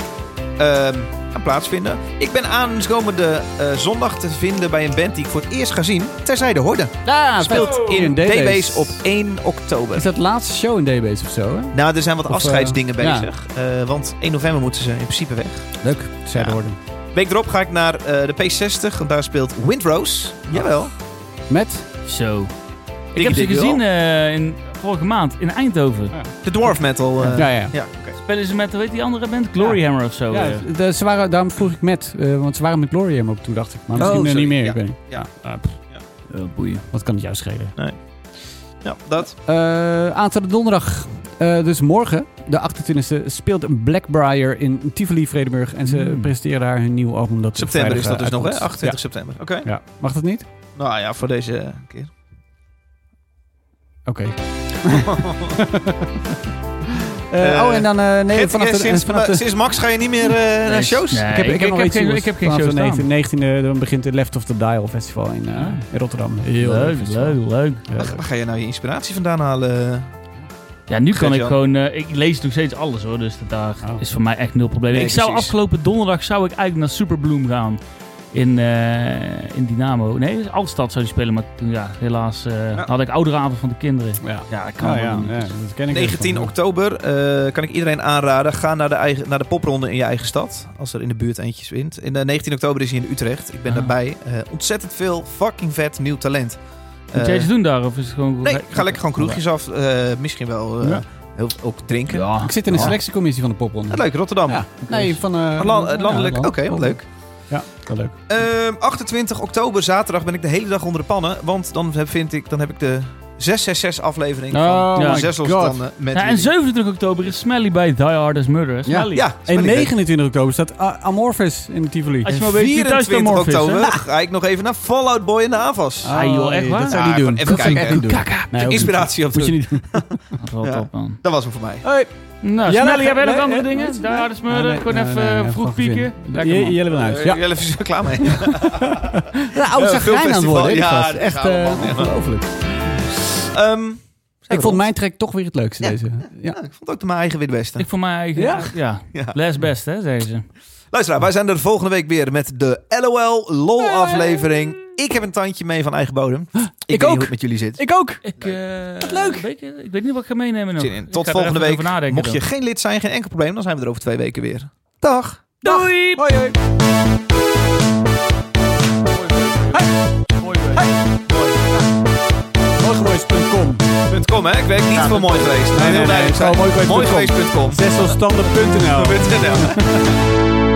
[SPEAKER 1] ehm, gaan plaatsvinden. Ik ben aankomende eh zondag te vinden bij een band die ik voor het eerst ga zien. Terzij de Horde.
[SPEAKER 3] Ja,
[SPEAKER 1] Speelt in DB's op 1
[SPEAKER 3] Is
[SPEAKER 1] oktober.
[SPEAKER 3] dat laatste show in DB's of zo, hè?
[SPEAKER 1] Nou, er zijn wat
[SPEAKER 3] eh,
[SPEAKER 1] afscheidsdingen
[SPEAKER 3] ja.
[SPEAKER 1] bezig. Eh, want 1 november moeten ze in principe weg.
[SPEAKER 3] Leuk, zei de
[SPEAKER 1] Ja.
[SPEAKER 3] hoorden.
[SPEAKER 1] Week erop ga ik naar eh, de P60, want daar speelt Windrose. Jawel.
[SPEAKER 3] Met?
[SPEAKER 2] Zo. Ik
[SPEAKER 1] Dikkie
[SPEAKER 2] heb ze
[SPEAKER 1] dik wel.
[SPEAKER 2] gezien eh, in, vorige maand in Eindhoven.
[SPEAKER 1] De Dwarf Metal. eh,
[SPEAKER 3] Ja, ja.
[SPEAKER 1] ja, oké.
[SPEAKER 2] Spelen ze met, weet die andere band? Gloryhammer of zo. eh.
[SPEAKER 3] Ja, de- ze waren, daarom vroeg ik met, eh, want ze waren met Glorium op toe, dacht ik. Maar misschien
[SPEAKER 1] Oh,
[SPEAKER 3] eh,
[SPEAKER 1] sorry,
[SPEAKER 3] niet meer,
[SPEAKER 1] ja.
[SPEAKER 3] ik weet niet.
[SPEAKER 1] Ja.
[SPEAKER 3] Ah, pff.
[SPEAKER 2] Eh, boeien.
[SPEAKER 3] Wat kan het jou schelen?
[SPEAKER 1] Ja, dat.
[SPEAKER 3] Eh, aanstaande donderdag, eh, dus morgen, de 28e, speelt Blackbriar in Tivoli, Vredenburg. En ze
[SPEAKER 2] Mm.
[SPEAKER 3] presenteren daar hun nieuw album. Dat op
[SPEAKER 1] Hmm. September is dat
[SPEAKER 3] vrijdag,
[SPEAKER 1] dus nog,
[SPEAKER 3] eh,
[SPEAKER 1] hè?
[SPEAKER 3] uitkomt.
[SPEAKER 1] 28 september. Oké.
[SPEAKER 3] Ja. Ja. Mag dat niet?
[SPEAKER 1] Nou ja, voor deze keer. [LAUGHS]
[SPEAKER 3] Oké. Eh,
[SPEAKER 1] Eh,
[SPEAKER 3] oh, en dan... eh, nee,
[SPEAKER 1] Gert,
[SPEAKER 3] vanaf
[SPEAKER 1] eh,
[SPEAKER 3] de,
[SPEAKER 1] sinds,
[SPEAKER 3] en vanaf de-
[SPEAKER 1] eh, sinds Max ga je niet meer eh, naar shows?
[SPEAKER 2] Nee,
[SPEAKER 3] ik heb, ik heb, nog
[SPEAKER 2] geen,
[SPEAKER 3] geen,
[SPEAKER 2] ik heb geen show
[SPEAKER 3] Vanaf de
[SPEAKER 2] staan.
[SPEAKER 3] 19, 19e dan begint het Left of the Dial Festival in, eh,
[SPEAKER 2] Ah.
[SPEAKER 3] in Rotterdam. Heel leuk
[SPEAKER 2] Leuk,
[SPEAKER 3] festival.
[SPEAKER 2] leuk, leuk.
[SPEAKER 3] Heel leuk.
[SPEAKER 1] Waar ga je nou je inspiratie vandaan halen?
[SPEAKER 2] Ja, nu kan ik
[SPEAKER 1] Gert-Jan.
[SPEAKER 2] gewoon... eh, ik lees nog steeds alles hoor, dus dat daar
[SPEAKER 3] Oh.
[SPEAKER 2] is voor mij echt nul probleem.
[SPEAKER 1] Nee,
[SPEAKER 2] ik zou
[SPEAKER 1] precies.
[SPEAKER 2] afgelopen donderdag zou ik eigenlijk naar Superbloom gaan. In, eh, in Dynamo. Nee, Altstad zou die spelen, maar toen, ja, helaas eh,
[SPEAKER 1] Ja.
[SPEAKER 2] had ik ouderavond van de kinderen.
[SPEAKER 3] Ja.
[SPEAKER 2] Ja, ik kan
[SPEAKER 3] Nou
[SPEAKER 2] wel
[SPEAKER 3] ja,
[SPEAKER 2] doen.
[SPEAKER 3] ja, dat ken ik.
[SPEAKER 1] 19
[SPEAKER 3] ook.
[SPEAKER 1] oktober eh, kan ik iedereen aanraden. Ga naar de, eigen, naar de popronde in je eigen stad. Als er in de buurt eentje wint. En eh, 19 oktober is hij in Utrecht. Ik ben
[SPEAKER 2] Ah.
[SPEAKER 1] daarbij. Eh, ontzettend veel fucking vet nieuw talent.
[SPEAKER 2] Moet jij
[SPEAKER 1] Eh,
[SPEAKER 2] iets doen daar? Of is het gewoon...
[SPEAKER 1] nee, ik ga lekker gewoon kroegjes af. Eh, misschien wel eh,
[SPEAKER 3] Ja.
[SPEAKER 1] heel, ook drinken.
[SPEAKER 2] Ja.
[SPEAKER 3] Ik zit in de
[SPEAKER 2] Ja.
[SPEAKER 3] selectiecommissie van de popronde.
[SPEAKER 1] Ah, leuk, Rotterdam.
[SPEAKER 3] Ja. Oh. Nee, van... eh,
[SPEAKER 1] Ah, la- eh,
[SPEAKER 3] ja,
[SPEAKER 1] landelijk,
[SPEAKER 3] land-
[SPEAKER 1] oké, wat leuk.
[SPEAKER 3] Ja, wel leuk.
[SPEAKER 1] Ehm, 28 oktober, zaterdag, ben ik de hele dag onder de pannen. Want dan heb, vind ik, dan heb ik de 666 aflevering
[SPEAKER 3] Oh
[SPEAKER 1] van
[SPEAKER 2] my
[SPEAKER 1] Zes Losse
[SPEAKER 3] God.
[SPEAKER 1] Tanden met
[SPEAKER 2] Ja, en
[SPEAKER 1] jullie.
[SPEAKER 2] 27 oktober is Smelly bij Die Hard as Murder.
[SPEAKER 3] Ja.
[SPEAKER 2] Smelly.
[SPEAKER 1] Ja,
[SPEAKER 3] En
[SPEAKER 1] speel ik
[SPEAKER 3] 29 oktober staat A- Amorphis in de Tivoli.
[SPEAKER 2] Als je maar weet wie thuis de
[SPEAKER 1] 24
[SPEAKER 2] Amorphis is, hè?
[SPEAKER 1] oktober ga ik nog even naar Fallout Boy in de Avas.
[SPEAKER 2] Ah, joh, echt waar?
[SPEAKER 3] Oh, Dat zou die
[SPEAKER 1] Ah,
[SPEAKER 3] doen.
[SPEAKER 1] even
[SPEAKER 3] Dat zou die
[SPEAKER 1] kijken.
[SPEAKER 3] echt doen. Nee, ook niet.
[SPEAKER 1] Inspiratie op
[SPEAKER 3] Moet je
[SPEAKER 1] terug.
[SPEAKER 3] niet doen.
[SPEAKER 2] Dat is wel
[SPEAKER 1] Ja.
[SPEAKER 2] top, man.
[SPEAKER 1] Dat was hem voor mij.
[SPEAKER 3] Hoi.
[SPEAKER 2] Nou,
[SPEAKER 3] Ja,
[SPEAKER 2] Smelly,
[SPEAKER 3] nee,
[SPEAKER 2] heb jij nog
[SPEAKER 3] nee,
[SPEAKER 2] andere
[SPEAKER 3] nee,
[SPEAKER 2] dingen?
[SPEAKER 3] nee,
[SPEAKER 2] Die Hard as Murder,
[SPEAKER 3] Nee,
[SPEAKER 2] gewoon
[SPEAKER 3] nee,
[SPEAKER 2] even
[SPEAKER 3] nee,
[SPEAKER 2] eh,
[SPEAKER 3] nee,
[SPEAKER 2] vroeg
[SPEAKER 3] gewoon
[SPEAKER 2] pieken.
[SPEAKER 3] gezin.
[SPEAKER 2] Lekker,
[SPEAKER 3] J-
[SPEAKER 2] man.
[SPEAKER 3] Jelle ben uit.
[SPEAKER 1] Eh,
[SPEAKER 3] Ja.
[SPEAKER 1] Jullie zijn er klaar mee. [LAUGHS]
[SPEAKER 3] Nou, oud
[SPEAKER 1] Eh,
[SPEAKER 3] zagrijn aan het
[SPEAKER 1] filmfestival.
[SPEAKER 3] worden. die
[SPEAKER 1] Ja,
[SPEAKER 3] gast.
[SPEAKER 1] dat
[SPEAKER 3] Echt
[SPEAKER 1] gaan we
[SPEAKER 3] eh,
[SPEAKER 1] allemaal, ja.
[SPEAKER 3] ongelooflijk.
[SPEAKER 1] Ehm,
[SPEAKER 3] Ik vond mijn track toch weer het leukste
[SPEAKER 1] Ja.
[SPEAKER 3] deze. Ja.
[SPEAKER 1] ja, ik vond ook de mijn eigen weer de beste.
[SPEAKER 2] Ik voor mij eigen...
[SPEAKER 3] Ja?
[SPEAKER 2] Ja?
[SPEAKER 1] Ja.
[SPEAKER 2] Les best, hè, zeggen ze.
[SPEAKER 1] Luisteraar, wij zijn er volgende week weer met de LOL LOL aflevering. Ik heb een tandje mee van eigen bodem. Ik, weet niet
[SPEAKER 3] ook.
[SPEAKER 1] hoe het met jullie zit.
[SPEAKER 3] Ik ook.
[SPEAKER 2] Ik, eh,
[SPEAKER 3] Wat leuk.
[SPEAKER 2] Weet, je, ik weet niet wat ik ga meenemen nog.
[SPEAKER 1] Zin in.
[SPEAKER 2] Ik
[SPEAKER 1] Tot
[SPEAKER 2] ga er
[SPEAKER 1] volgende
[SPEAKER 2] even
[SPEAKER 1] week.
[SPEAKER 2] over nadenken
[SPEAKER 1] Mocht je
[SPEAKER 2] dan.
[SPEAKER 1] geen lid zijn, geen enkel probleem. Dan zijn we er over twee weken weer. Dag.
[SPEAKER 2] Doei!
[SPEAKER 3] Hoi hoi. Mooigeweest.com
[SPEAKER 1] .com, hè? Ik weet niet van mooi geweest. Nee, heel
[SPEAKER 3] nee,
[SPEAKER 1] duidelijk
[SPEAKER 3] nee.
[SPEAKER 1] zijn.
[SPEAKER 3] Oh, mooigeweest.com.
[SPEAKER 1] Mooigeweest.com.
[SPEAKER 3] Zesselstanden.nl
[SPEAKER 1] .nl.